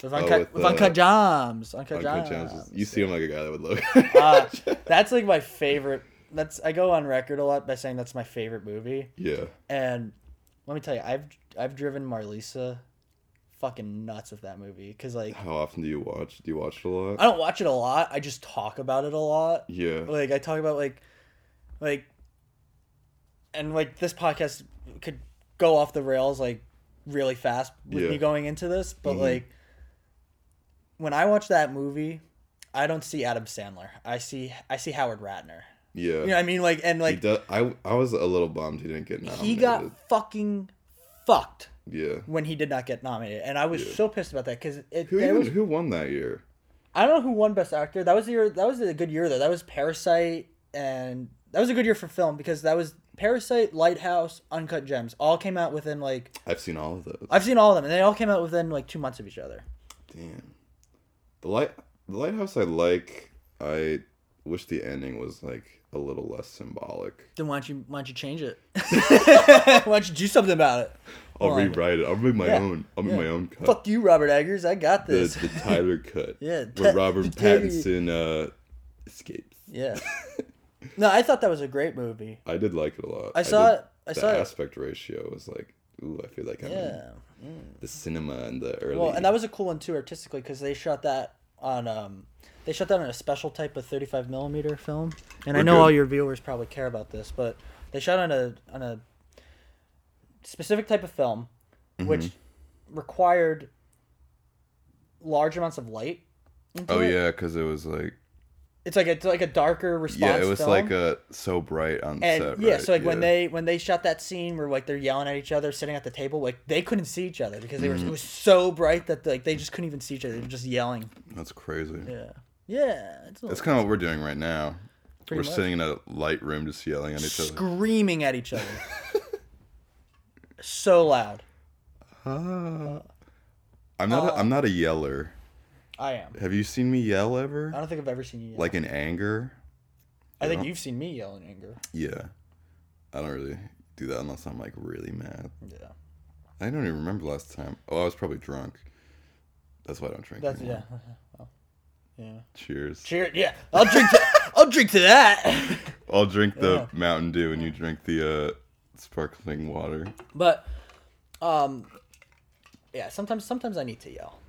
Speaker 2: with Uncut,
Speaker 1: with,
Speaker 2: with,
Speaker 1: uh,
Speaker 2: Uncut Gems. Uncut,
Speaker 1: Uncut
Speaker 2: Gems.
Speaker 1: Gems. You seem like a guy that would love. *laughs*
Speaker 2: Uh, that's like my favorite. That's I go on record a lot by saying that's my favorite movie.
Speaker 1: yeah.
Speaker 2: And let me tell you, I've I've driven Marlisa fucking nuts with that movie because like
Speaker 1: How often do you watch? Do you watch it a lot?
Speaker 2: I don't watch it a lot. I just talk about it a lot.
Speaker 1: yeah.
Speaker 2: Like I talk about like like and like this podcast could go off the rails like really fast with
Speaker 1: Yeah.
Speaker 2: me going into this, but
Speaker 1: Mhm.
Speaker 2: like when I watch that movie, I don't see Adam Sandler. I see I see Howard Ratner.
Speaker 1: yeah.
Speaker 2: You know what I mean? Like and
Speaker 1: he
Speaker 2: like
Speaker 1: does, I I was a little bummed he didn't get nominated.
Speaker 2: he got fucking fucked
Speaker 1: yeah.
Speaker 2: when he did not get nominated, and I was so pissed about that because it
Speaker 1: Who
Speaker 2: there
Speaker 1: even,
Speaker 2: was
Speaker 1: who won that year?
Speaker 2: I don't know who won Best Actor. That was the year. That was a good year though. That was Parasite, and that was a good year for film because that was Parasite, Lighthouse, Uncut Gems. All came out within like
Speaker 1: I've seen all of those.
Speaker 2: I've seen all of them, and they all came out within like two months of each other.
Speaker 1: Damn. The light the lighthouse I like I wish the ending was like a little less symbolic.
Speaker 2: Then why don't you why don't you change it? *laughs* why don't you do something about it?
Speaker 1: I'll
Speaker 2: Well, I-
Speaker 1: rewrite it. I'll make my
Speaker 2: Yeah,
Speaker 1: own. I'll make
Speaker 2: yeah.
Speaker 1: my own cut.
Speaker 2: Fuck you, Robert Eggers. I got
Speaker 1: the,
Speaker 2: this.
Speaker 1: the
Speaker 2: *laughs*
Speaker 1: Tyler cut.
Speaker 2: Yeah,
Speaker 1: where
Speaker 2: Ti- *laughs*
Speaker 1: Robert
Speaker 2: Terry-
Speaker 1: Pattinson uh, escapes. *laughs*
Speaker 2: yeah. No, I thought that was a great movie.
Speaker 1: I did like it a lot.
Speaker 2: I saw
Speaker 1: did-
Speaker 2: it. I
Speaker 1: the
Speaker 2: saw it.
Speaker 1: aspect ratio was like, ooh, I feel like I'm in
Speaker 2: Yeah.
Speaker 1: the cinema in the early.
Speaker 2: Well, and that was a cool one too artistically because they shot that on um they shot that on a special type of 35 millimeter film. And I
Speaker 1: We're
Speaker 2: know
Speaker 1: good.
Speaker 2: all your viewers probably care about this, but they shot on a on a specific type of film
Speaker 1: Mm-hmm.
Speaker 2: which required large amounts of light. into
Speaker 1: oh
Speaker 2: it.
Speaker 1: yeah, because it was like
Speaker 2: It's like a, it's like a darker response
Speaker 1: yeah, it was
Speaker 2: film.
Speaker 1: like a so bright on
Speaker 2: and
Speaker 1: set.
Speaker 2: yeah,
Speaker 1: right?
Speaker 2: so like when they when they shot that scene where like they're yelling at each other, sitting at the table, like they couldn't see each other because they
Speaker 1: Mm-hmm.
Speaker 2: were it was so bright that like they just couldn't even see each other. They were just yelling.
Speaker 1: that's crazy.
Speaker 2: Yeah, yeah, it's a
Speaker 1: That's kind of what we're doing right now.
Speaker 2: Pretty
Speaker 1: we're
Speaker 2: much.
Speaker 1: sitting in a light room, just yelling at each other.
Speaker 2: screaming at each other, so loud.
Speaker 1: Ah. I'm not. a,
Speaker 2: Uh,
Speaker 1: I'm not a yeller.
Speaker 2: I am.
Speaker 1: Have you seen me yell ever?
Speaker 2: I don't think I've ever seen you. Yell.
Speaker 1: Like in anger?
Speaker 2: I think you've seen me yell in anger.
Speaker 1: Yeah. I don't really do that unless I'm like really mad.
Speaker 2: Yeah,
Speaker 1: I don't even remember last time. Oh, I was probably drunk. That's why I don't drink.
Speaker 2: that's
Speaker 1: anymore.
Speaker 2: yeah. *laughs* Well, yeah.
Speaker 1: Cheers.
Speaker 2: Cheer. Yeah, I'll drink. To, I'll drink to that. *laughs*
Speaker 1: I'll drink the Mountain Dew and you drink the uh, sparkling water.
Speaker 2: but, um, yeah. Sometimes, sometimes I need to yell.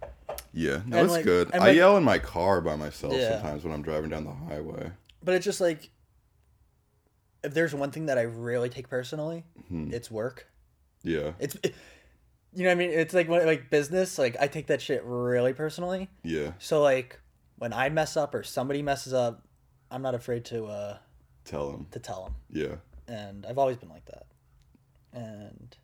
Speaker 1: Yeah, no,
Speaker 2: And,
Speaker 1: it's
Speaker 2: like-
Speaker 1: good.
Speaker 2: and,
Speaker 1: I
Speaker 2: like-
Speaker 1: yell in my car by myself
Speaker 2: Yeah.
Speaker 1: sometimes when I'm driving down the highway.
Speaker 2: but it's just like if there's one thing that I really take personally, it's work.
Speaker 1: Yeah,
Speaker 2: It's you know what I mean. It's like when like business. Like I take that shit really personally.
Speaker 1: yeah.
Speaker 2: So like when I mess up or somebody messes up, I'm not afraid to uh
Speaker 1: Tell them.
Speaker 2: to tell them.
Speaker 1: Yeah,
Speaker 2: And I've always been like that. And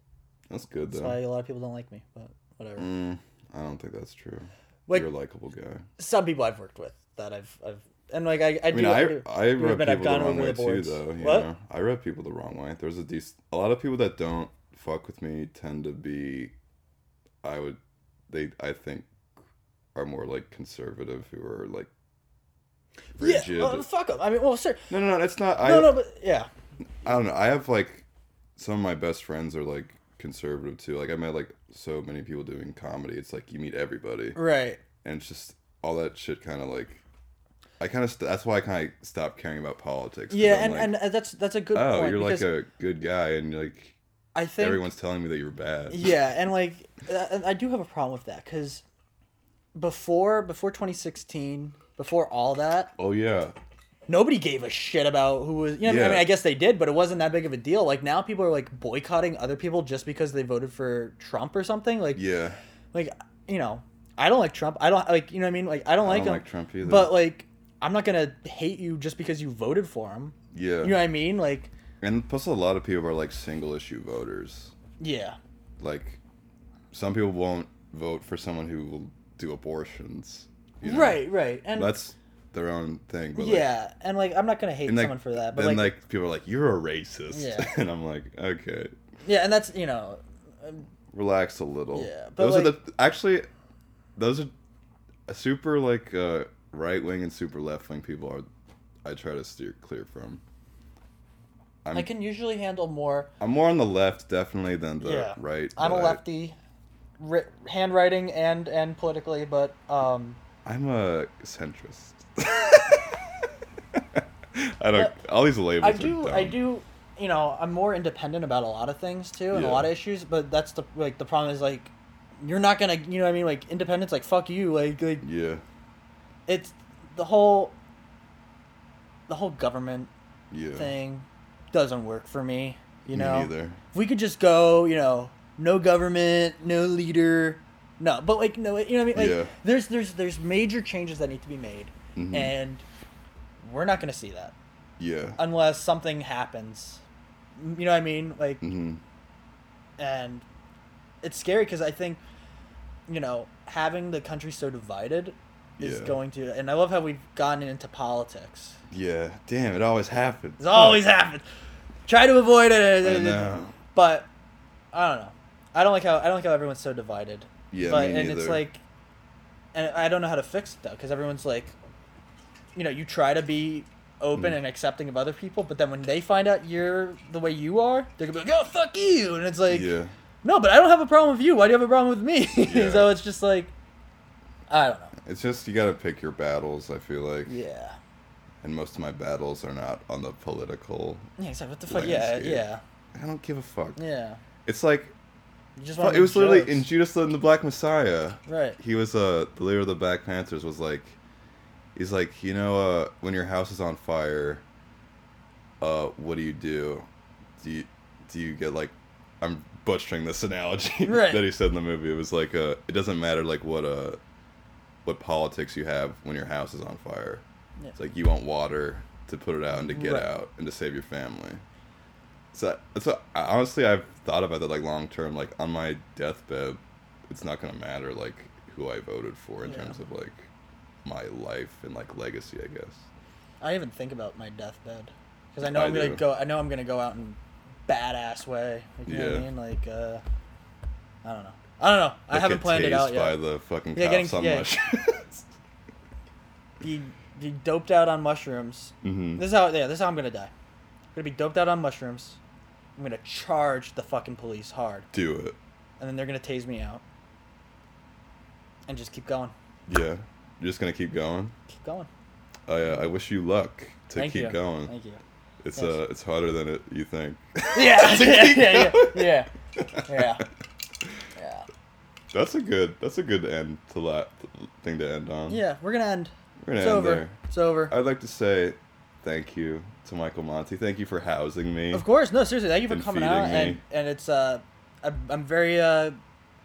Speaker 1: that's good
Speaker 2: that's
Speaker 1: though.
Speaker 2: why a lot of people don't like me. But whatever.
Speaker 1: Mm, I don't think that's true.
Speaker 2: Like-
Speaker 1: You're a likable guy.
Speaker 2: Some people I've worked with that I've I've and like I I
Speaker 1: I mean,
Speaker 2: do
Speaker 1: I
Speaker 2: do-
Speaker 1: I
Speaker 2: do
Speaker 1: rub
Speaker 2: admit
Speaker 1: people
Speaker 2: I've
Speaker 1: the
Speaker 2: gone
Speaker 1: wrong
Speaker 2: over
Speaker 1: way
Speaker 2: the
Speaker 1: too,
Speaker 2: boards.
Speaker 1: though. You
Speaker 2: What?
Speaker 1: know, I rub people the wrong way. There's a dec- a lot of people that don't fuck with me tend to be, I would, they I think, are more like conservative who are like.
Speaker 2: Yeah.
Speaker 1: Rigid.
Speaker 2: well, fuck 'em. I mean, well, sir.
Speaker 1: no, no, no. It's not. I,
Speaker 2: No, no, but yeah.
Speaker 1: I don't know. I have like some of my best friends are like conservative too. Like I met like so many people doing comedy. It's like you meet everybody,
Speaker 2: Right.
Speaker 1: and it's just all that shit. Kind of like, I kind of st- that's why I kind of stopped caring about politics. 'cause
Speaker 2: Yeah,
Speaker 1: I'm
Speaker 2: and,
Speaker 1: like,
Speaker 2: and and that's that's a good
Speaker 1: oh,
Speaker 2: point
Speaker 1: you're like
Speaker 2: because
Speaker 1: a good guy, and like
Speaker 2: I think
Speaker 1: everyone's telling me that you're bad.
Speaker 2: yeah, and like I, I do have a problem with that because before before 2016, before all that,
Speaker 1: Oh yeah,
Speaker 2: nobody gave a shit about who was. You know, what I mean? I
Speaker 1: Yeah.
Speaker 2: mean, I guess they did, but it wasn't that big of a deal. Like now, people are like boycotting other people just because they voted for Trump or something. Like
Speaker 1: yeah.
Speaker 2: like you know, I don't like Trump. I don't like you know what I mean. Like I don't like
Speaker 1: don't
Speaker 2: him.
Speaker 1: like Trump either.
Speaker 2: But like I'm not gonna hate you just because you voted for him.
Speaker 1: Yeah,
Speaker 2: You know what I mean? Like
Speaker 1: and plus a lot of people are like single issue voters.
Speaker 2: yeah,
Speaker 1: Like, some people won't vote for someone who will do abortions. you know?
Speaker 2: right, right, and
Speaker 1: that's their own thing. But like,
Speaker 2: yeah, and like I'm not gonna hate
Speaker 1: and, like,
Speaker 2: someone for that, but
Speaker 1: then
Speaker 2: like,
Speaker 1: like, people are like, "You're a racist,"
Speaker 2: Yeah.
Speaker 1: *laughs* and I'm like, "Okay,
Speaker 2: yeah, and that's you know,
Speaker 1: relax a little."
Speaker 2: Yeah, but,
Speaker 1: those are the actually, those are a super like uh, right wing and super left wing people are. I try to steer clear from.
Speaker 2: i can usually handle more.
Speaker 1: I'm more on the left definitely than the
Speaker 2: Yeah.
Speaker 1: right.
Speaker 2: I'm a
Speaker 1: but I-
Speaker 2: lefty, ri- handwriting and and politically, but um,
Speaker 1: I'm a centrist. *laughs* I don't. All these labels.
Speaker 2: I
Speaker 1: are
Speaker 2: do I
Speaker 1: dumb.
Speaker 2: do, you know, I'm more independent about a lot of things too, and a
Speaker 1: Yeah.
Speaker 2: lot of issues. But that's the like the problem is like, you're not gonna, you know, what I mean, like independence, like fuck you, like like
Speaker 1: Yeah.
Speaker 2: it's the whole, the whole government
Speaker 1: Yeah.
Speaker 2: thing, doesn't work for me. You know.
Speaker 1: Me neither.
Speaker 2: if we could just go, you know, no government, no leader, no, but like no, you know what I mean? Like
Speaker 1: Yeah.
Speaker 2: there's there's there's major changes that need to be made,
Speaker 1: Mhm.
Speaker 2: and we're not gonna see that
Speaker 1: Yeah.
Speaker 2: unless something happens. M- You know what I mean? Like,
Speaker 1: mm-hmm.
Speaker 2: and it's scary because I think, you know, having the country so divided is
Speaker 1: Yeah.
Speaker 2: going to, and I love how we've gotten into politics.
Speaker 1: Yeah. Damn. It always happens.
Speaker 2: It's always happened. Try to avoid it.
Speaker 1: I know.
Speaker 2: But I don't know. I don't like how I don't like how everyone's so divided.
Speaker 1: Yeah,
Speaker 2: But
Speaker 1: me
Speaker 2: and it's
Speaker 1: neither.
Speaker 2: like, and I don't know how to fix it though, because everyone's like, you know, you try to be
Speaker 1: Hmm.
Speaker 2: open and accepting of other people, but then when they find out you're the way you are, they're gonna be like, "Oh, fuck you!" And it's like,
Speaker 1: yeah.
Speaker 2: "No, but I don't have a problem with you. Why do you have a problem with me?" *laughs*
Speaker 1: Yeah.
Speaker 2: so it's just like, I don't know.
Speaker 1: It's just you gotta pick your battles. I feel like,
Speaker 2: Yeah.
Speaker 1: and most of my battles are not on the political.
Speaker 2: Yeah. It's like, what the fuck? Yeah.
Speaker 1: Landscape.
Speaker 2: Yeah.
Speaker 1: I don't give a fuck.
Speaker 2: Yeah.
Speaker 1: It's like
Speaker 2: You just want.
Speaker 1: it was literally in Judas and the Black Messiah.
Speaker 2: Right.
Speaker 1: He was uh the leader of the Black Panthers was like, he's like you know uh when your house is on fire, uh what do you do? Do you do you get like I'm butchering this analogy *laughs*
Speaker 2: Right.
Speaker 1: that he said in the movie. It was like uh it doesn't matter like what uh what politics you have when your house is on fire.
Speaker 2: Yeah.
Speaker 1: It's like you want water to put it out and to get
Speaker 2: Right.
Speaker 1: out and to save your family. So, so honestly, I've thought about that like long term. Like on my deathbed, it's not gonna matter like who I voted for in
Speaker 2: Yeah.
Speaker 1: terms of like my life and like legacy. I guess.
Speaker 2: I even think about my deathbed because I know
Speaker 1: I
Speaker 2: I am gonna
Speaker 1: do.
Speaker 2: go. I know I'm gonna go out in badass way. Like, you know what
Speaker 1: Yeah.
Speaker 2: I mean? Like, uh, I don't know. I don't know. I
Speaker 1: Like,
Speaker 2: haven't
Speaker 1: get
Speaker 2: planned it
Speaker 1: tased
Speaker 2: out
Speaker 1: By
Speaker 2: yet.
Speaker 1: the fucking
Speaker 2: Yeah,
Speaker 1: cops
Speaker 2: getting-
Speaker 1: on
Speaker 2: yeah.
Speaker 1: *laughs* mushrooms.
Speaker 2: Be be doped out on mushrooms.
Speaker 1: Mhm.
Speaker 2: This is how. Yeah, this is how I'm gonna die. I'm gonna be doped out on mushrooms. I'm gonna charge the fucking police hard,
Speaker 1: do it.
Speaker 2: and then they're gonna tase me out, and just keep going,
Speaker 1: Yeah, you're just gonna keep going.
Speaker 2: keep going.
Speaker 1: I uh, I wish you luck to
Speaker 2: Thank
Speaker 1: keep
Speaker 2: you.
Speaker 1: going.
Speaker 2: Thank you. *laughs*
Speaker 1: It's
Speaker 2: Yes.
Speaker 1: uh it's harder than it you think. *laughs*
Speaker 2: Yeah.
Speaker 1: To
Speaker 2: *laughs* yeah,
Speaker 1: keep
Speaker 2: yeah,
Speaker 1: going.
Speaker 2: yeah. Yeah.
Speaker 1: *laughs*
Speaker 2: Yeah. Yeah.
Speaker 1: That's a good. That's a good end to la- thing to end on.
Speaker 2: Yeah. We're gonna end.
Speaker 1: We're gonna
Speaker 2: it's
Speaker 1: end
Speaker 2: over.
Speaker 1: there.
Speaker 2: It's over.
Speaker 1: I'd like to say thank you to Michael Monty. Thank you for housing me.
Speaker 2: Of course, no, seriously, thank you for
Speaker 1: and
Speaker 2: coming
Speaker 1: feeding
Speaker 2: out,
Speaker 1: me.
Speaker 2: and and it's uh, I'm, I'm very uh,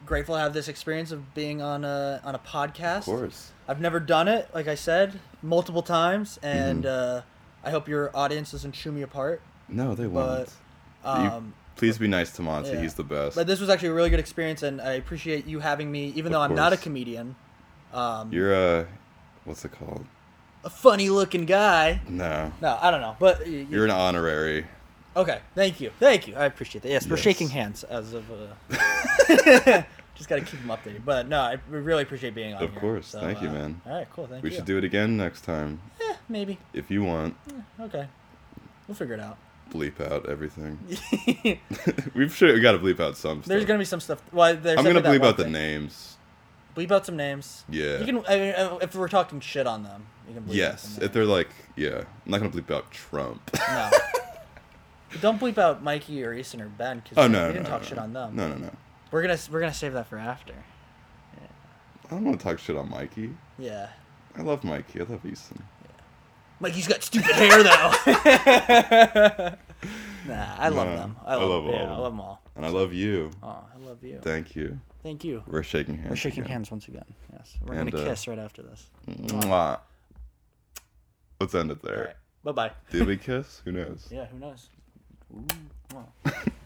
Speaker 2: grateful to have this experience of being on a on a podcast.
Speaker 1: Of course.
Speaker 2: I've never done it, like I said, multiple times, and
Speaker 1: Mm-hmm.
Speaker 2: uh, I hope your audience doesn't chew me apart.
Speaker 1: No, they won't. You-
Speaker 2: Um,
Speaker 1: please be nice to Monty.
Speaker 2: yeah.
Speaker 1: He's the best.
Speaker 2: but this was actually a really good experience, and I appreciate you having me, even though
Speaker 1: Of
Speaker 2: I'm not a
Speaker 1: course.
Speaker 2: comedian. Um,
Speaker 1: You're uh, what's it called?
Speaker 2: a funny looking guy.
Speaker 1: No,
Speaker 2: No, I don't know, but y- y-
Speaker 1: you're an honorary.
Speaker 2: Okay, thank you, thank you. I appreciate that. Yes, we're
Speaker 1: Yes.
Speaker 2: shaking hands as of. Uh...
Speaker 1: *laughs*
Speaker 2: *laughs* Just gotta keep them updated, but no, I we really appreciate being on.
Speaker 1: Of
Speaker 2: here,
Speaker 1: course,
Speaker 2: so,
Speaker 1: thank you,
Speaker 2: uh,
Speaker 1: man.
Speaker 2: All right, cool. Thank
Speaker 1: We
Speaker 2: you.
Speaker 1: should do it again next time
Speaker 2: Eh, maybe.
Speaker 1: if you want.
Speaker 2: Okay, we'll
Speaker 1: *laughs*
Speaker 2: figure it out.
Speaker 1: Bleep out
Speaker 2: *laughs*
Speaker 1: everything.
Speaker 2: There's
Speaker 1: We've sure we got to bleep out some stuff.
Speaker 2: gonna be some stuff. Well, there's
Speaker 1: I'm gonna
Speaker 2: definitely
Speaker 1: bleep
Speaker 2: that one
Speaker 1: out the
Speaker 2: thing.
Speaker 1: names.
Speaker 2: Bleep out some names.
Speaker 1: Yeah.
Speaker 2: You can I mean, uh, if we're talking shit on them. You can bleep out
Speaker 1: Yes,
Speaker 2: some
Speaker 1: if they're like, yeah, I'm not gonna bleep out
Speaker 2: *laughs*
Speaker 1: Trump. *laughs*
Speaker 2: names. no. But don't bleep out Mikey or Easton or Ben because
Speaker 1: oh
Speaker 2: we
Speaker 1: no, no,
Speaker 2: didn't
Speaker 1: no,
Speaker 2: talk
Speaker 1: no,
Speaker 2: shit
Speaker 1: no.
Speaker 2: on them.
Speaker 1: No, no, no.
Speaker 2: We're gonna we're gonna save that for after.
Speaker 1: I don't want to talk shit on Mikey.
Speaker 2: Yeah.
Speaker 1: I love Mikey. I love Easton.
Speaker 2: Mikey's got stupid hair *laughs* though. nah, I love
Speaker 1: Nah,
Speaker 2: them. I love,
Speaker 1: all
Speaker 2: them. yeah,
Speaker 1: of
Speaker 2: I love them all.
Speaker 1: And I love you.
Speaker 2: Oh, I love you.
Speaker 1: Thank you.
Speaker 2: Thank you.
Speaker 1: We're shaking hands.
Speaker 2: We're shaking
Speaker 1: again.
Speaker 2: hands once again. Yes, we're
Speaker 1: And,
Speaker 2: gonna
Speaker 1: uh,
Speaker 2: kiss right after this.
Speaker 1: Mwah. Let's end it
Speaker 2: All
Speaker 1: there.
Speaker 2: right. Bye bye. *laughs*
Speaker 1: Did we kiss? Who knows?
Speaker 2: Yeah. Who knows? Ooh. mwah.